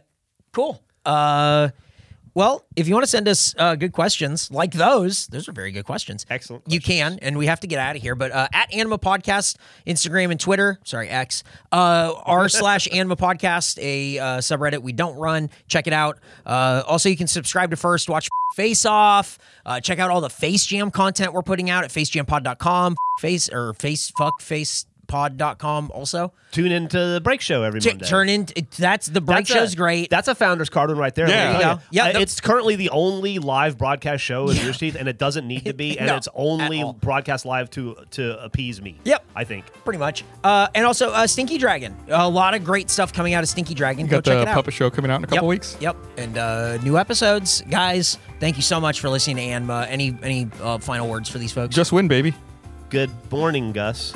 Speaker 1: cool. Uh, well, if you want to send us uh, good questions like those, those are very good questions.
Speaker 3: Excellent
Speaker 1: You can, and we have to get out of here. But uh, at Anima Podcast, Instagram and Twitter, sorry X, uh, r slash Anima Podcast, a uh, subreddit we don't run. Check it out. Uh, also, you can subscribe to First Watch Face Off. Uh, check out all the Face Jam content we're putting out at facejampod.com, face or face fuck face pod.com also
Speaker 3: Tune into the break show every
Speaker 1: T-
Speaker 3: Monday.
Speaker 1: turn in it, that's the break
Speaker 3: That's a-
Speaker 1: show's great
Speaker 3: That's a founder's card one right there.
Speaker 2: Yeah.
Speaker 3: Let me tell you.
Speaker 1: Yeah,
Speaker 3: Uh,
Speaker 1: no-
Speaker 3: it's currently the only live broadcast show in your teeth, and it doesn't need to be, and
Speaker 1: No,
Speaker 3: it's
Speaker 1: at
Speaker 3: only
Speaker 1: all.
Speaker 3: broadcast live to to appease me.
Speaker 1: Yep.
Speaker 3: I think.
Speaker 1: pretty much uh, and also uh, stinky dragon a lot of great stuff coming out of stinky dragon
Speaker 2: Got
Speaker 1: go check
Speaker 2: the
Speaker 1: it out
Speaker 2: puppet show coming out in a couple
Speaker 1: yep.
Speaker 2: weeks.
Speaker 1: Yep, and uh, new episodes, guys. Thank you so much for listening to Anma. Any any uh, final words for these folks?
Speaker 2: Just win, baby.
Speaker 3: Good morning, Gus.